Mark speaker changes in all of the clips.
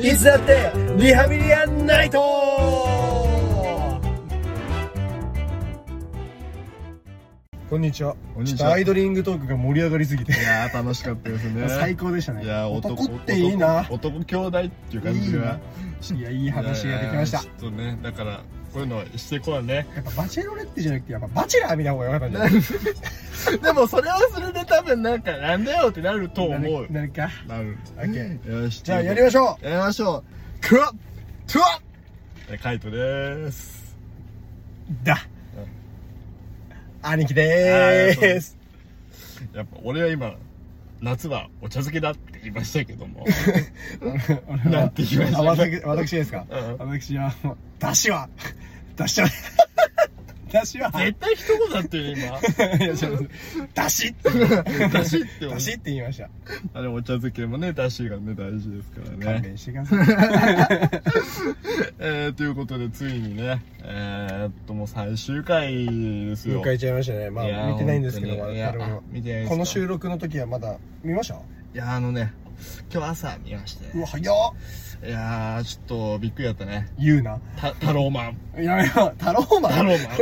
Speaker 1: いつだってリハビリアンナイト
Speaker 2: こんにちは。
Speaker 1: こんにちは
Speaker 2: ちょっとアイドリングトークが盛り上がりすぎて。
Speaker 1: いやー楽しかったですね
Speaker 2: 最高でしたね。
Speaker 1: いやー
Speaker 2: 男っていいな。
Speaker 1: 男男兄弟っていう感じが
Speaker 2: いや、いい話ができました。
Speaker 1: いやーちょっとねだからこういうのはしていこうね
Speaker 2: やっぱバチェロレッテじゃなくて、やっぱバチェラー見た方がよかったんじゃない
Speaker 1: でもそれはそれで多分なんかなんだよってなると思う
Speaker 2: なるか。
Speaker 1: なる
Speaker 2: オッケー。
Speaker 1: よし
Speaker 2: じゃあやりましょ
Speaker 1: やりましょうクワットワッカイトでーす
Speaker 2: う。だ。兄貴
Speaker 1: あー
Speaker 2: で
Speaker 1: そうで
Speaker 2: ー
Speaker 1: す
Speaker 2: す。
Speaker 1: やっぱ俺は今夏はお茶漬けだって言いましたけど もなんて言いました
Speaker 2: あ、わたく私ですか
Speaker 1: うん
Speaker 2: 私は、もう、だしは、だ しは、だしは、
Speaker 1: 絶対一言だってよ今
Speaker 2: いやちょっとだ しって、
Speaker 1: だしって
Speaker 2: だしって言いました。
Speaker 1: あれお茶漬けもねだしがね大事ですから
Speaker 2: 勘
Speaker 1: ね、
Speaker 2: 弁してください。
Speaker 1: えー、ということでついにねえー、っともう最終回ですよ
Speaker 2: 迎えちゃいましたね。ま
Speaker 1: いや
Speaker 2: あ、
Speaker 1: ー
Speaker 2: 見てないんですけど、
Speaker 1: 本当にい
Speaker 2: 我
Speaker 1: や
Speaker 2: 々も。
Speaker 1: 見てないですか
Speaker 2: この収録の時はまだ見ました
Speaker 1: いやあのね今日朝見まして
Speaker 2: うわ
Speaker 1: い
Speaker 2: 早っ
Speaker 1: やーちょっとびっくりやったね
Speaker 2: 言うな
Speaker 1: た 太郎マン
Speaker 2: やめろ太郎マン
Speaker 1: 太郎マン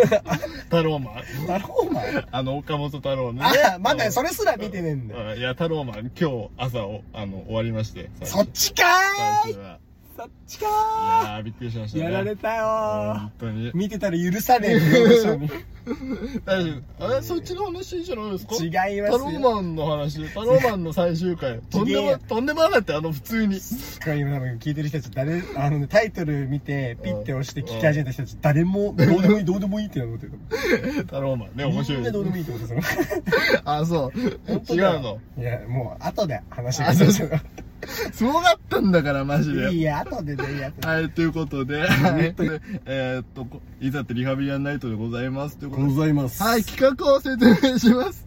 Speaker 1: 太 郎マン
Speaker 2: 太郎マン
Speaker 1: あの岡本太郎ね
Speaker 2: あま
Speaker 1: う
Speaker 2: だ
Speaker 1: ん
Speaker 2: それすら見てねえんだよ
Speaker 1: うんいや太郎マン今日朝をあの終わりまして
Speaker 2: そっちか
Speaker 1: 最
Speaker 2: ー
Speaker 1: 初
Speaker 2: い
Speaker 1: は
Speaker 2: そっちか
Speaker 1: いやーびっくりしまし
Speaker 2: ー
Speaker 1: たね
Speaker 2: やられたよー
Speaker 1: 本当に
Speaker 2: 見てたら許さねえって言いましたね
Speaker 1: 大丈夫えそっちの話じゃないですか
Speaker 2: 違います
Speaker 1: タ
Speaker 2: よ
Speaker 1: ローマンの話タローマンの最終 回とんでも
Speaker 2: よ
Speaker 1: とんでもなかったよあの普通に
Speaker 2: これ今多分聞いてる人たち誰あのねタイトル見てピッて押して聞き始めた人たち誰もどうでもいいどうでもいいって思ってる
Speaker 1: タローマンね面白
Speaker 2: み
Speaker 1: い
Speaker 2: んなどうでもいいって思ってる
Speaker 1: あそう
Speaker 2: 本当
Speaker 1: 違
Speaker 2: だよ
Speaker 1: うの
Speaker 2: いやもう後で話
Speaker 1: あ
Speaker 2: して
Speaker 1: そうすごかったんだからマジで
Speaker 2: いや後でねいや
Speaker 1: はい、ということで、 えーっと、こいざってリハビリアンナイトでございます。ということで、
Speaker 2: ざいます
Speaker 1: はい、企画を説明します。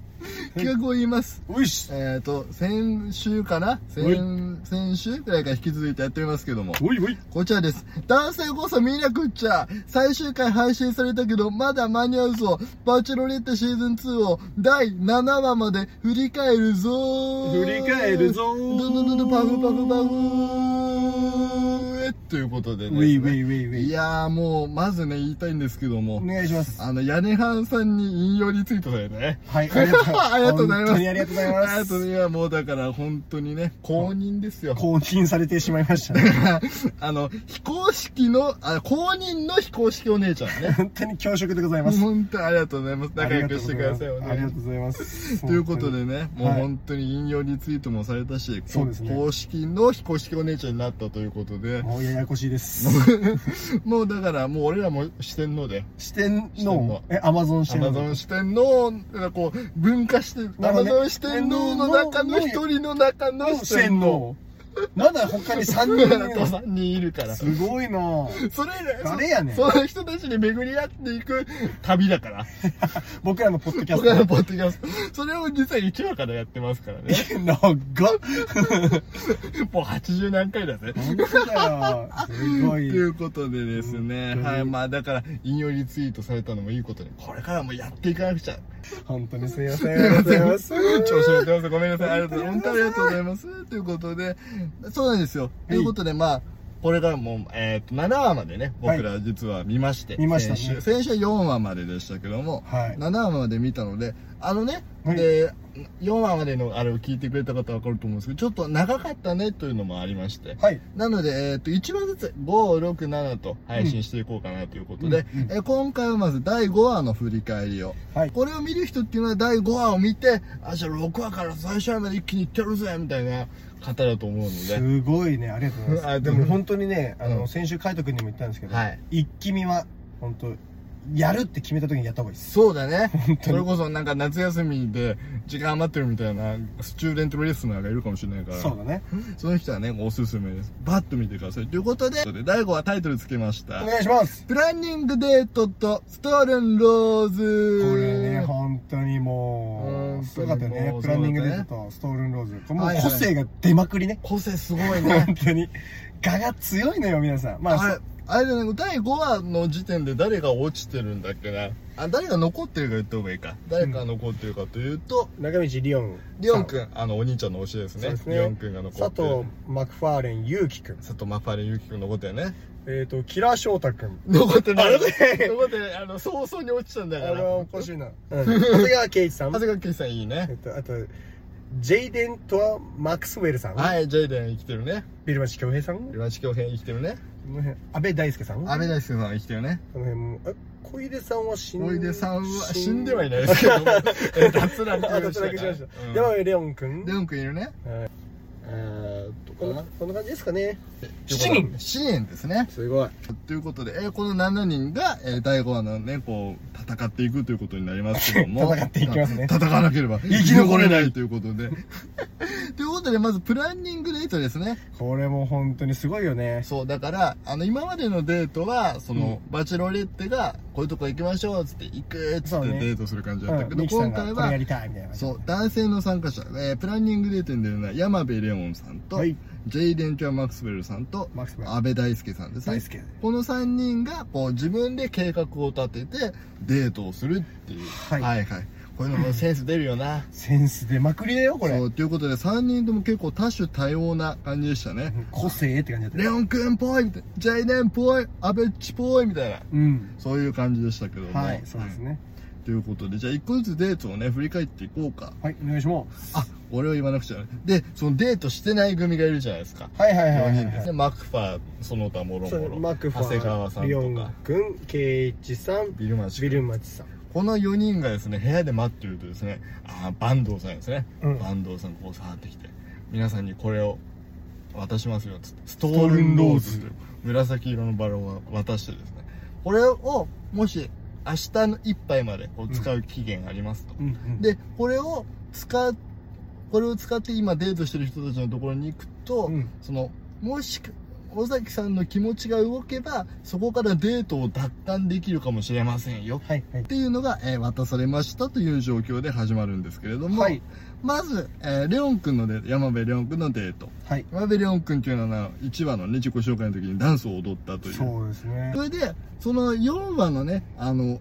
Speaker 1: 企画を言います。
Speaker 2: おいし
Speaker 1: えーっと、先週かな先、先週くらいから引き続いてやっておりますけども。
Speaker 2: おいおい
Speaker 1: こちらです。男性こそ見なくっちゃ最終回配信されたけど、まだ間に合うぞバチェロレッテシーズン2を第7話まで振り返るぞー
Speaker 2: 振り返るぞー
Speaker 1: どんどんどんどんパフパフパフーえということで
Speaker 2: ウ
Speaker 1: ね。
Speaker 2: ェイウェイウェイウェイ
Speaker 1: いやーもう、まずね、言いたいんですけども
Speaker 2: お、願いします。
Speaker 1: あの、屋根藩さんに引用リツイートだよね。
Speaker 2: は い、
Speaker 1: ありがとう
Speaker 2: 本当にありがとうございます。
Speaker 1: あとね、もうだから本当にね、公認ですよ。
Speaker 2: 公認されてしまいましたね。
Speaker 1: あの、非公式の、あ、公認の非公式お姉ちゃんね。
Speaker 2: 本当に恐縮でございます。
Speaker 1: 本当にありがとうございます。仲良くしてくださいお
Speaker 2: あり
Speaker 1: 願
Speaker 2: が
Speaker 1: い
Speaker 2: とうございます。
Speaker 1: ということでね、もう
Speaker 2: はい
Speaker 1: 本当に引用リツイートもされたし、
Speaker 2: そうですね
Speaker 1: 公式の非公式お姉ちゃんになったということで、
Speaker 2: もうややこし いです。
Speaker 1: もうだからもう俺らも四天王で、
Speaker 2: 四天
Speaker 1: 四天王
Speaker 2: 王、え、アマゾン
Speaker 1: ア
Speaker 2: 四天
Speaker 1: マゾ
Speaker 2: 王
Speaker 1: ン。四天王がこう分化して、ア
Speaker 2: なる
Speaker 1: マ
Speaker 2: ほどね
Speaker 1: ゾン四天王の中の一人の中の四天王。。
Speaker 2: まだ他に三人い
Speaker 1: だ
Speaker 2: る
Speaker 1: から
Speaker 2: の。
Speaker 1: 3人いるから。
Speaker 2: すごいなぁ
Speaker 1: それ
Speaker 2: 誰やねん
Speaker 1: そその人たちに巡り合っていく旅だから。
Speaker 2: 僕らのポッドキャ
Speaker 1: 僕らの
Speaker 2: ス
Speaker 1: ポッドキャスト。それを実は1話からやってますからね。
Speaker 2: ト。のが。
Speaker 1: もう80何回だぜ。
Speaker 2: 本当だよ。すご
Speaker 1: と
Speaker 2: い。
Speaker 1: いうことでですね、
Speaker 2: うん
Speaker 1: はい、まあだから、引用リツイートされたのもいいことに、これからもやっていかなくちゃ。
Speaker 2: 本当にすいません。ありがとうございます。
Speaker 1: 調子乗ってます。ごめんなさい。ありがとうございます。本当にありがとうございます。ということで、そうなんですよ。ということで、まあ、これからも、えっ、と、7話までね、僕ら実は見まして。
Speaker 2: 見ましたね
Speaker 1: 先週、先週は4話まででしたけども、
Speaker 2: はい。
Speaker 1: 7話まで見たので、あのね、
Speaker 2: はい
Speaker 1: で、4話までのあれを聞いてくれた方はわかると思うんですけど、ちょっと長かったねというのもありまして、
Speaker 2: はい。
Speaker 1: なので、えっ、と、1話ずつ、5、6、7と配信していこうかなということで、
Speaker 2: うんうん
Speaker 1: えー今回はまず第5話の振り返りを。
Speaker 2: はい。
Speaker 1: これを見る人っていうのは第5話を見て、あ、じゃあ6話から最初話まで一気にいってやるぜみたいな方だと思うので、
Speaker 2: すごいね、ありがとうございます。
Speaker 1: あで
Speaker 2: で
Speaker 1: も
Speaker 2: も本当にね、あの、
Speaker 1: うん
Speaker 2: 先週、海斗君にも言ったんですけど、
Speaker 1: はい
Speaker 2: 一気見は、本当やるって決めた時にやった方がいいです。
Speaker 1: そうだね。
Speaker 2: 本当
Speaker 1: そ
Speaker 2: に
Speaker 1: れこそなんか夏休みで時間余ってるみたいなスチューデントレスナーがいるかもしれないから、
Speaker 2: そうだね。
Speaker 1: その人はね、おすすめです。バッと見てください。ということで、第5話タイトルつけまし
Speaker 2: お
Speaker 1: た。
Speaker 2: 願いします。
Speaker 1: プランニングデートとストールンロー
Speaker 2: こ
Speaker 1: ズ。
Speaker 2: れね、 本当にも
Speaker 1: うん
Speaker 2: う、すごかったよ
Speaker 1: も
Speaker 2: ね
Speaker 1: う。
Speaker 2: プランニングデー
Speaker 1: そ
Speaker 2: トとストールンローズ。これもう
Speaker 1: はいはい
Speaker 2: 個性が出まくりね。
Speaker 1: 個性すごいね。
Speaker 2: 本当に。画が強いのよ、皆さん。まあ、
Speaker 1: あれあれだね、第5話の時点で誰が落ちてるんだっけな。あ、誰が残ってるか言った方がいいか。誰が残ってるかというと、
Speaker 2: 中道リオン
Speaker 1: リオンくん、あの、お兄ちゃんの推しです
Speaker 2: そう
Speaker 1: ね
Speaker 2: で。す
Speaker 1: リオン
Speaker 2: ね
Speaker 1: くんが残
Speaker 2: 佐
Speaker 1: ってる。
Speaker 2: 藤マクファーレン勇樹くん
Speaker 1: 佐藤マファレンユキくん残ってるね。
Speaker 2: えっ、とキラー翔太くん
Speaker 1: 残ってない。
Speaker 2: あ残ってない
Speaker 1: 残ってない。あの、早々に落ちたんだ
Speaker 2: あ
Speaker 1: から。
Speaker 2: のおかしいな、うん、長谷川圭一さん
Speaker 1: 長谷川圭さんいい
Speaker 2: えっ
Speaker 1: ね。
Speaker 2: と、あと、ジェイデンとはマックスウェルさん。
Speaker 1: はい、ジェイデン生きてるね。
Speaker 2: ビルマシ京平さん。こ
Speaker 1: 岩橋恭平生きてるね。
Speaker 2: の辺、安倍大輔さん。
Speaker 1: 安倍大輔さん生きてるね。
Speaker 2: この辺も、え、小出さんは死ん
Speaker 1: おいでさんは死んではいないですけども、え脱落
Speaker 2: あ、
Speaker 1: を
Speaker 2: 脱落しまし
Speaker 1: う
Speaker 2: た。
Speaker 1: ん
Speaker 2: では、レオン君。
Speaker 1: レオンくんいるね。
Speaker 2: はい
Speaker 1: えーっ
Speaker 2: こんな、
Speaker 1: と、
Speaker 2: こんな感じですかね。
Speaker 1: 7人 !7 人ですね。
Speaker 2: すごい。
Speaker 1: ということで、えーこの7人が、えー第5話のね、こう、戦っていくということになりますけども。
Speaker 2: 戦っていきますね
Speaker 1: 戦わなければ生
Speaker 2: き残れない
Speaker 1: ということで。 ということで、まずプランニングデートですね。
Speaker 2: これも本当にすごいよね。
Speaker 1: そう、だから、あの、今までのデートは、その、バチェロレッテが、こういうとこ行きましょう、つって、行く、つ
Speaker 2: そ
Speaker 1: っ
Speaker 2: う
Speaker 1: て
Speaker 2: ね
Speaker 1: デートする感じだったけ
Speaker 2: うん、
Speaker 1: ど、
Speaker 2: ミキ
Speaker 1: 今
Speaker 2: さんが
Speaker 1: 回
Speaker 2: これや
Speaker 1: は、
Speaker 2: りたいみたいな。
Speaker 1: そう、男性の参加者、えープランニングデートに出るのは、山部レオンさんと、
Speaker 2: はい
Speaker 1: ジェイデン・キャ・マックスウェルさんと、
Speaker 2: マックスウェル
Speaker 1: 安倍大輔さんですね
Speaker 2: 大。輔。
Speaker 1: この3人がこう自分で計画を立ててデートをするっていう、
Speaker 2: はい
Speaker 1: はいはいこういうのもセンス出るよな
Speaker 2: センス出まくりだよ、 これ。
Speaker 1: そううということで3人とも結構多種多様な感じでしたね、
Speaker 2: ん個性って感じだった
Speaker 1: レ
Speaker 2: ね。
Speaker 1: オンくんぽいみたいなジェイデンぽいアベッチぽいみたいな
Speaker 2: うん。
Speaker 1: そういう感じでしたけども
Speaker 2: はい、そうですね。
Speaker 1: ということでじゃあ1個ずつデートをね振り返っていこうか
Speaker 2: はい、お願いします。
Speaker 1: あ俺を言わなくちゃねでそのデートしてない組がいるじゃないですか
Speaker 2: はいはいはい
Speaker 1: 4
Speaker 2: はい
Speaker 1: 人ですねマクファーその他もろ
Speaker 2: そ
Speaker 1: も
Speaker 2: う
Speaker 1: ろ
Speaker 2: マクファ
Speaker 1: 長谷川さ
Speaker 2: ー
Speaker 1: ん
Speaker 2: リオ
Speaker 1: と
Speaker 2: ン
Speaker 1: か
Speaker 2: 君圭一さん
Speaker 1: ビルマンシ
Speaker 2: ビルマチさん
Speaker 1: この4人がですね、部屋で待ってるとですね、あー坂東さんですね。
Speaker 2: うん
Speaker 1: 坂東さんこう触ってきて、皆さんにこれを渡しますよ、つって。ストールンローズという紫色のバラを渡してですね、これを、もし、明日の一杯までこう使う期限がありますと。で、これを使う、これを使って今デートしてる人たちのところに行くと、
Speaker 2: うん
Speaker 1: その、もしく、尾崎さんの気持ちが動けば、そこからデートを奪還できるかもしれませんよ。
Speaker 2: はいは
Speaker 1: っ
Speaker 2: い
Speaker 1: ていうのが、えー渡されましたという状況で始まるんですけれども、
Speaker 2: はい
Speaker 1: まず、えーレオン君のデート山辺レオン君のデート
Speaker 2: はい
Speaker 1: 山辺レオン君っていうのは1話のね自己紹介の時にダンスを踊ったという
Speaker 2: そうですね
Speaker 1: それでその4話のねあの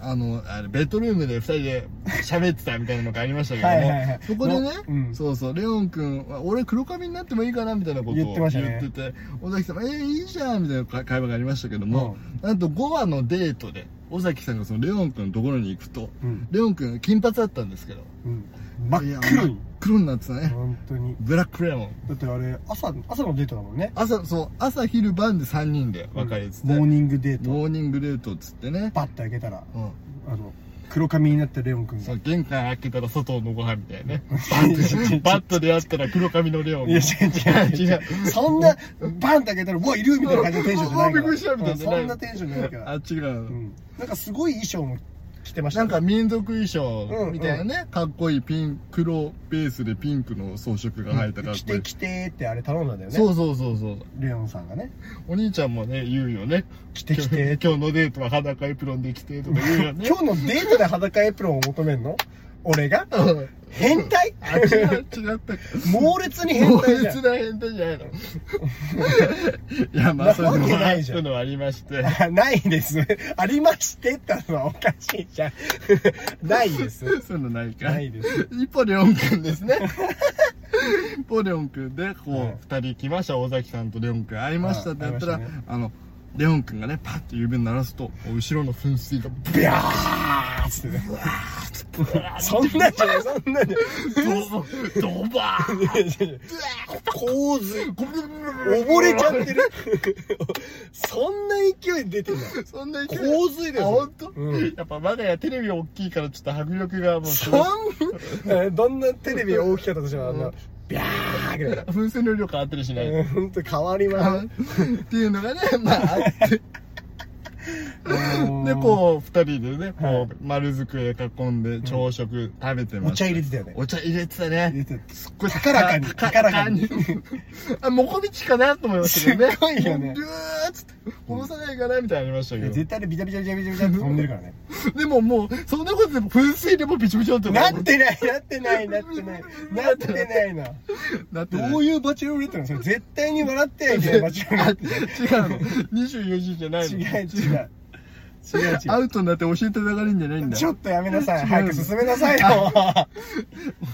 Speaker 1: あのあれベッドルームで2人で喋ってたみたいなのがありましたけども
Speaker 2: はいはいはい
Speaker 1: そこでね、
Speaker 2: のうん
Speaker 1: そうそうレオン君は俺黒髪になってもいいかなみたいなことを
Speaker 2: 言ってましたね
Speaker 1: 言ってて尾崎さんも「えー、いいじゃん」みたいな会会話がありましたけども、なんと5話のデートで尾崎さんがそのレオン君のところに行くと
Speaker 2: うん
Speaker 1: レオン君金髪だったんですけど
Speaker 2: うん真っ
Speaker 1: いや
Speaker 2: 黒
Speaker 1: 真っ
Speaker 2: に
Speaker 1: 黒になってたね、
Speaker 2: 本当に
Speaker 1: ブラックレオン
Speaker 2: だってあれ朝朝のデートだもんね
Speaker 1: 朝そう朝昼晩で3人で別れてて、
Speaker 2: モーニングデート
Speaker 1: モーニングデートっつってね、
Speaker 2: パッて開けたら
Speaker 1: うん
Speaker 2: あの黒髪になったレオン君
Speaker 1: そ
Speaker 2: が
Speaker 1: う玄関開けたら外のご飯みたいなね。バッと、バッと出会ったら黒髪のレオン。
Speaker 2: いや違う違う違
Speaker 1: 違
Speaker 2: うそんなバンって開けたら「うわいる!」みたいな感じのテンションじゃないから
Speaker 1: うわびっくりしたみたいな
Speaker 2: そんなテンションじゃないから
Speaker 1: あ、違う
Speaker 2: う。んなんかすごい衣装も着てました
Speaker 1: なん
Speaker 2: ね
Speaker 1: か民族衣装
Speaker 2: うん
Speaker 1: みたいなね、かっこいいピンク、黒ベースでピンクの装飾が入ったかっ
Speaker 2: 着
Speaker 1: こいい
Speaker 2: て。着てってあれ頼んだんだよね
Speaker 1: そうそうそうそう。
Speaker 2: レオンさんがね
Speaker 1: お兄ちゃんもね、言うよね。
Speaker 2: 着て 着て
Speaker 1: 今日のデートは裸エプロンで来てとか言うよね。
Speaker 2: 今日のデートで裸エプロンを求めんの俺が変態
Speaker 1: あ、違う、違った。
Speaker 2: 猛烈に変
Speaker 1: 猛
Speaker 2: 態じゃ
Speaker 1: 烈
Speaker 2: ん
Speaker 1: な変態じゃないの。いや、 まあそういうの
Speaker 2: なわけ
Speaker 1: も
Speaker 2: ないじ
Speaker 1: そ
Speaker 2: ゃん
Speaker 1: ういうのはありまして。
Speaker 2: あないです。ありましてってのはおかしいじゃん。ないです。
Speaker 1: そういうのないか。
Speaker 2: ないです。
Speaker 1: 一歩レオンくんですね。 一歩レオンくんで、こう、
Speaker 2: は
Speaker 1: 二、
Speaker 2: い
Speaker 1: 人来ました。尾崎さんとレオンくん会いましたって
Speaker 2: はい
Speaker 1: なったら、
Speaker 2: 会いました
Speaker 1: あの、レオンくんがね、パッて指鳴らすと、後ろの噴水が、
Speaker 2: ビャーっつってね。そんなんじゃない、そんなんじゃ
Speaker 1: ドバードバー
Speaker 2: ない。洪水。
Speaker 1: ゴブブブブブ
Speaker 2: 溺れちゃってる。そんな勢い出てない。
Speaker 1: そんな勢い。
Speaker 2: 洪水です
Speaker 1: あ、
Speaker 2: よ。
Speaker 1: ほんと、
Speaker 2: うん
Speaker 1: やっぱ我が家テレビ大きいからちょっと迫力がもうす
Speaker 2: そ
Speaker 1: ごい、
Speaker 2: んな、どんなテレビ大きかったとしても、あんな、ビャーぐらいだ。
Speaker 1: 噴水の量変わってるしない。
Speaker 2: 本当変わりま
Speaker 1: あっていうのがね、まああって。でこう2人でね
Speaker 2: は
Speaker 1: こ
Speaker 2: いう
Speaker 1: 丸机囲んで朝食食べて
Speaker 2: お
Speaker 1: ました
Speaker 2: 茶入れてたよね
Speaker 1: お茶入れてた
Speaker 2: 入れ
Speaker 1: ね
Speaker 2: てた
Speaker 1: すっごい
Speaker 2: 高らかに
Speaker 1: 高らかに
Speaker 2: 高ら
Speaker 1: あもこみちかなと思いましたけどね
Speaker 2: すごいよ
Speaker 1: も
Speaker 2: ね
Speaker 1: うビューッつって殺さないかなみたいなのありましたけど
Speaker 2: 絶対にビチャビチャビチャビチャビチャって飛んでるからね
Speaker 1: でももうそんなことでも噴水でもうビチビチだった
Speaker 2: なってないなってないなってないなってないな
Speaker 1: なって
Speaker 2: どういうバチェロレットなのそれ絶対に笑ってはいけないバチェロレット
Speaker 1: 違うの24時じゃないの
Speaker 2: 違う違う違う違
Speaker 1: ア
Speaker 2: う
Speaker 1: ウトになって教えて流れんじゃないんだ
Speaker 2: ちょ っとやめなさ
Speaker 1: 違う
Speaker 2: い
Speaker 1: の
Speaker 2: 早く進めなさいよ
Speaker 1: も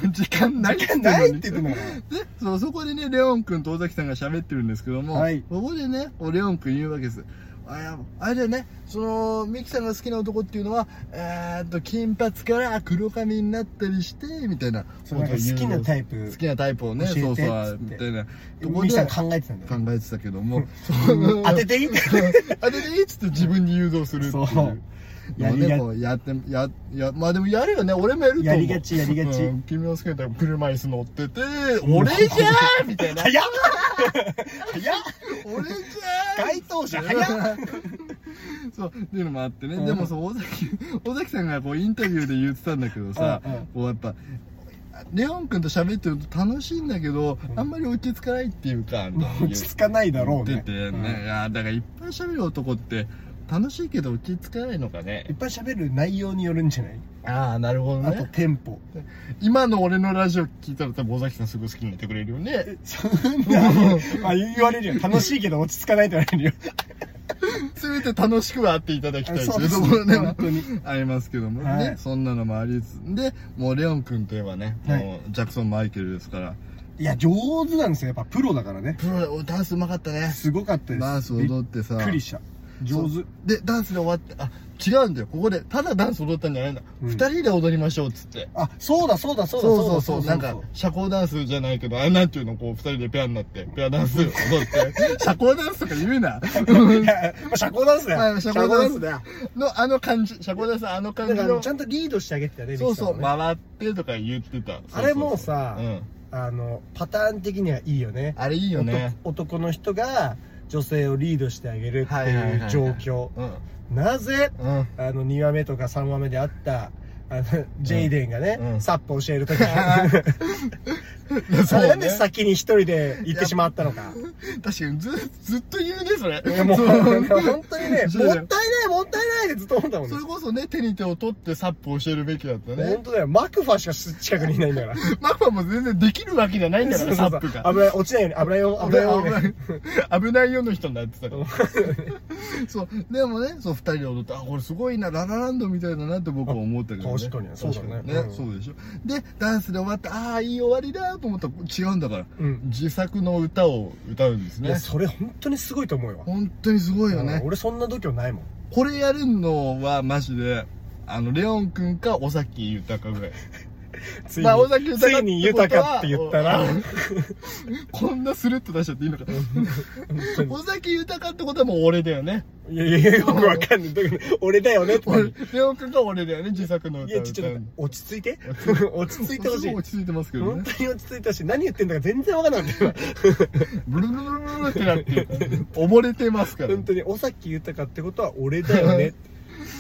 Speaker 1: う時間ない
Speaker 2: 時間ないって言って
Speaker 1: で
Speaker 2: んのか
Speaker 1: そうそこでねレオン君と尾崎さんが喋ってるんですけども、
Speaker 2: はい
Speaker 1: そこでねおレオン君言うわけですあいやあれだよねそのミキさんが好きな男っていうのはえーっと金髪から黒髪になったりしてみたいな
Speaker 2: そのなんか好きなタイプ
Speaker 1: 好きなタイプをね
Speaker 2: 教えて
Speaker 1: そうそ
Speaker 2: っ
Speaker 1: う
Speaker 2: つって
Speaker 1: みたいなとこ
Speaker 2: ミキ
Speaker 1: で
Speaker 2: さん考えてたんだよ
Speaker 1: 考えてたけど も
Speaker 2: 当てていい
Speaker 1: あれでいいっつって自分に誘導するってい
Speaker 2: そう
Speaker 1: う。
Speaker 2: や
Speaker 1: や
Speaker 2: りが
Speaker 1: でもやってややまあでもやるよね俺もやると思う
Speaker 2: やりがちやりがち
Speaker 1: うん君の好きなタイプ車椅子乗ってて「俺じゃん!」みた いな
Speaker 2: 早っ早っ
Speaker 1: 「俺じゃん!」
Speaker 2: 該当者早っ
Speaker 1: そうっていうのもあってね、
Speaker 2: うん
Speaker 1: でもそう尾崎尾崎さんがこうインタビューで言ってたんだけどさ、
Speaker 2: うんうん
Speaker 1: こうやっぱレオン君と喋ってると楽しいんだけど、
Speaker 2: うん
Speaker 1: あんまり落ち着かないっていうか
Speaker 2: 落ち着かないだろう
Speaker 1: 言
Speaker 2: ね
Speaker 1: ってて、ねいやだからいっぱい喋る男って楽しいけど落ち着かないのか
Speaker 2: いっ
Speaker 1: ね
Speaker 2: ぱい喋る内容によるんじゃない
Speaker 1: ああなるほど
Speaker 2: あと
Speaker 1: ね
Speaker 2: テンポ
Speaker 1: 今の俺のラジオ聞いたら多分尾崎さんすぐ好きになってくれるよね
Speaker 2: そんな まあ言われるよ楽しいけど落ち着かないって言われるよ
Speaker 1: 全て楽しくはあっていただきたい
Speaker 2: そう
Speaker 1: とい
Speaker 2: で
Speaker 1: う
Speaker 2: す
Speaker 1: ところで
Speaker 2: 本当に
Speaker 1: ありますけどもね、
Speaker 2: はい
Speaker 1: そんなのもありつつでもうレオン君といえばね、
Speaker 2: はい
Speaker 1: もうジャクソン・マイケルですから
Speaker 2: いや上手なんですよやっぱプロだからね
Speaker 1: プロダンスうまかったね
Speaker 2: すごかったです
Speaker 1: ダンス
Speaker 2: び
Speaker 1: 踊っ
Speaker 2: って
Speaker 1: さ
Speaker 2: くりした上手
Speaker 1: でダンスで終わってあ違うんだよここでただダンス踊ったんじゃないんだ、
Speaker 2: うん
Speaker 1: 二人で踊りましょうっつって
Speaker 2: あそうだそうだそうだ
Speaker 1: そうそうそう
Speaker 2: だ
Speaker 1: なんか 社交ダンスじゃないけどあなんていうのこう二人でペアになってペアダンス踊って 社交ダンスとか言うない
Speaker 2: やまあ社交ダンスだ
Speaker 1: ま
Speaker 2: よ
Speaker 1: あ社交ダンス
Speaker 2: だよ
Speaker 1: のあの感じ社交ダンスのあの感じ
Speaker 2: だから
Speaker 1: の
Speaker 2: ちゃんとリードしてあげてたね
Speaker 1: そうそう
Speaker 2: ミキさんはね
Speaker 1: 回ってとか言ってた
Speaker 2: あれもうさ
Speaker 1: うん、
Speaker 2: あのパターン的にはいいよね
Speaker 1: あれいいよね
Speaker 2: 男男の人が女性をリードしてあげるって
Speaker 1: はいはいはい
Speaker 2: い
Speaker 1: は
Speaker 2: う
Speaker 1: い
Speaker 2: 状況
Speaker 1: うん
Speaker 2: なぜ
Speaker 1: うん
Speaker 2: あの2話目とか3話目であったあのジェイデンがね、
Speaker 1: うん
Speaker 2: サップ教え る時あれなんで先に一人で行ってしまったの か
Speaker 1: 確かにずずっと言うねそれ
Speaker 2: いやもう
Speaker 1: そう
Speaker 2: 本当にね
Speaker 1: そう
Speaker 2: も
Speaker 1: だ
Speaker 2: ったい
Speaker 1: よ
Speaker 2: ないもったいないってずっと思ったもん
Speaker 1: そ
Speaker 2: ね
Speaker 1: れこそね手に手を取ってサップを教えるべきだったね
Speaker 2: 本当だよマクファしか近くにいないんだから
Speaker 1: マクファも全然できるわけじゃないんだか
Speaker 2: そう
Speaker 1: ら
Speaker 2: そ
Speaker 1: サ
Speaker 2: うそ
Speaker 1: ッ
Speaker 2: う
Speaker 1: プが
Speaker 2: 危ない落ちないように危ないよ危ないように
Speaker 1: 危ない 危ないよの人になってたから そうでもねそう2人で踊ってあこれすごいなララランドみたいだなって僕は思ったけど、ね、
Speaker 2: 確かにそうだね
Speaker 1: 確かに
Speaker 2: うん
Speaker 1: そうでしょでダンスで終わってああいい終わりだと思ったら違うんだから
Speaker 2: うん
Speaker 1: 自作の歌を歌うんです
Speaker 2: いや
Speaker 1: ね
Speaker 2: それ本当にすごいと思うよ、
Speaker 1: 本当にすごいよ
Speaker 2: うん
Speaker 1: ね
Speaker 2: 俺そんな度胸ないもん
Speaker 1: これやるのはマジであのレオン君か尾崎豊ぐらい
Speaker 2: ついに,、
Speaker 1: まあ尾崎豊
Speaker 2: ついに豊かって言ったら
Speaker 1: お
Speaker 2: 本
Speaker 1: こんなスルッと出しちゃっていいのか
Speaker 2: 当に
Speaker 1: 尾崎豊ってことはもう俺だよね
Speaker 2: いやいやよくわかんないどういうこと俺だよねって
Speaker 1: 俺レオン君が俺だよね自作の
Speaker 2: い
Speaker 1: 歌を
Speaker 2: や、ちょっと
Speaker 1: 歌
Speaker 2: 待っ
Speaker 1: う
Speaker 2: て落ち着 いて。落ち着いてほし
Speaker 1: す
Speaker 2: い
Speaker 1: ご。落ち着いてますけど
Speaker 2: 本
Speaker 1: ね
Speaker 2: 当に落ち着いてほしい。何言ってんだか全然わかん なかった今。
Speaker 1: ブルブルブルブルってなってるから溺れてますから
Speaker 2: 本当に、尾崎豊ってことは俺だよ ね。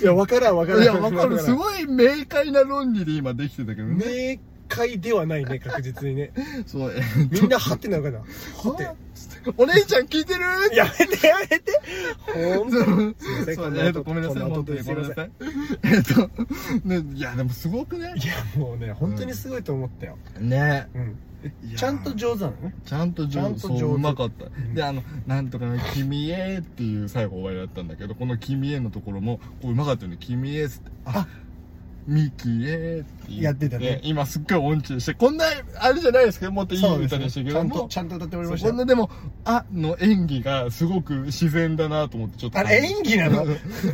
Speaker 2: いや、わからんわからん。
Speaker 1: いやわかるす
Speaker 2: い。
Speaker 1: ごい明快な論理で今できてたけどね
Speaker 2: 明快ではないね、確実 にね。
Speaker 1: そうえー
Speaker 2: みんなハってなのかな。はて。
Speaker 1: お姉ちゃん聞いてる
Speaker 2: やめてやめて。ほん
Speaker 1: そ
Speaker 2: とに。
Speaker 1: う
Speaker 2: すいません
Speaker 1: そ
Speaker 2: こ
Speaker 1: うんね
Speaker 2: な
Speaker 1: えっとごめんなさい
Speaker 2: こんな
Speaker 1: 本当
Speaker 2: こと
Speaker 1: に
Speaker 2: す
Speaker 1: ご
Speaker 2: い
Speaker 1: め
Speaker 2: ま
Speaker 1: ん
Speaker 2: せ
Speaker 1: なんさいえっとねいやでもすごくね
Speaker 2: いや、もうね、本当にすごいと思ったよ。
Speaker 1: ね
Speaker 2: うん。
Speaker 1: いや
Speaker 2: ちゃんと上手なのね。
Speaker 1: ちゃんと
Speaker 2: ちゃ
Speaker 1: 上
Speaker 2: ん
Speaker 1: 手
Speaker 2: と
Speaker 1: そ
Speaker 2: 上手
Speaker 1: ううまかった、
Speaker 2: ん
Speaker 1: であの「なんとかの君へ」っていう最後終わりだったんだけどこの「君へ」のところもこううまかったよね「君へ」っつって「あミキへ」って言
Speaker 2: やってたね
Speaker 1: 今すっごい音痴にしてこんなあれじゃないですけどもっといい
Speaker 2: そうです
Speaker 1: 歌
Speaker 2: ね
Speaker 1: でしたけ
Speaker 2: ちゃ
Speaker 1: ど
Speaker 2: んと、
Speaker 1: も
Speaker 2: ちゃんと歌っており
Speaker 1: そ
Speaker 2: ま
Speaker 1: う
Speaker 2: した
Speaker 1: こん
Speaker 2: よ。
Speaker 1: なでも「あ」の演技がすごく自然だなと思ってちょっと
Speaker 2: あれ演技なの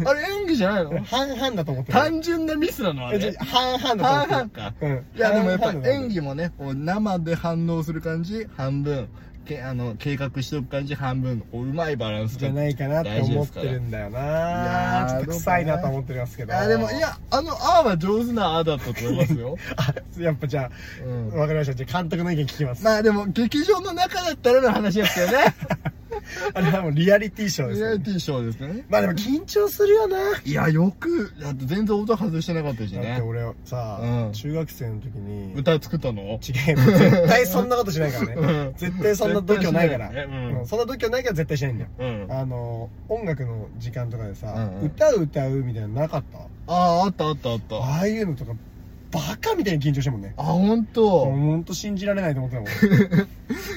Speaker 1: あれ演技じゃないの
Speaker 2: 半々だと思ってた。
Speaker 1: 単純なミスなのあ
Speaker 2: えちょ
Speaker 1: れ
Speaker 2: 半々だと思っ
Speaker 1: 半
Speaker 2: てた
Speaker 1: 々。か
Speaker 2: うん
Speaker 1: いやでもやっぱ演
Speaker 2: 技
Speaker 1: 技もねこう生で反応する感じ半分けあの計画しておく感じ半分こううまいバランス
Speaker 2: じゃ
Speaker 1: い
Speaker 2: ないかなって思ってるんだよな
Speaker 1: 大事ですからいやー
Speaker 2: ちょっと臭いなと思ってますけど
Speaker 1: やでもいやあの「あ」は上手な「あ」だったと思います よ、
Speaker 2: あやっぱじゃ
Speaker 1: う
Speaker 2: あ
Speaker 1: ん、
Speaker 2: わかりましたじゃあ監督の意見聞きま す
Speaker 1: まあでも劇場の中だったらの話ですけどね
Speaker 2: あれはもうリアリティショーです
Speaker 1: リ
Speaker 2: か
Speaker 1: ア
Speaker 2: ら
Speaker 1: リ
Speaker 2: ね
Speaker 1: ティショーですね。
Speaker 2: まあでも緊張するよない
Speaker 1: や、よく、だって全然音外してなかったし
Speaker 2: だって
Speaker 1: ね。
Speaker 2: 俺さ、
Speaker 1: うん
Speaker 2: 中学生の時に
Speaker 1: 歌作ったの
Speaker 2: 違うよ絶対そんなことしないからね
Speaker 1: うん
Speaker 2: 絶対そんな度胸ないから
Speaker 1: 絶対しないよねうん
Speaker 2: うんそんな度胸ないから絶対しないんだよ
Speaker 1: うん。あ
Speaker 2: あの音楽の時間とかでさ、
Speaker 1: うんうん
Speaker 2: 歌う歌うみたいなのなかった
Speaker 1: あー、あったあったあった。あ、
Speaker 2: ああいうのとかバカみたいに緊張してもんね
Speaker 1: ほん
Speaker 2: もう
Speaker 1: と。
Speaker 2: ほんと信じられないと思ってたもん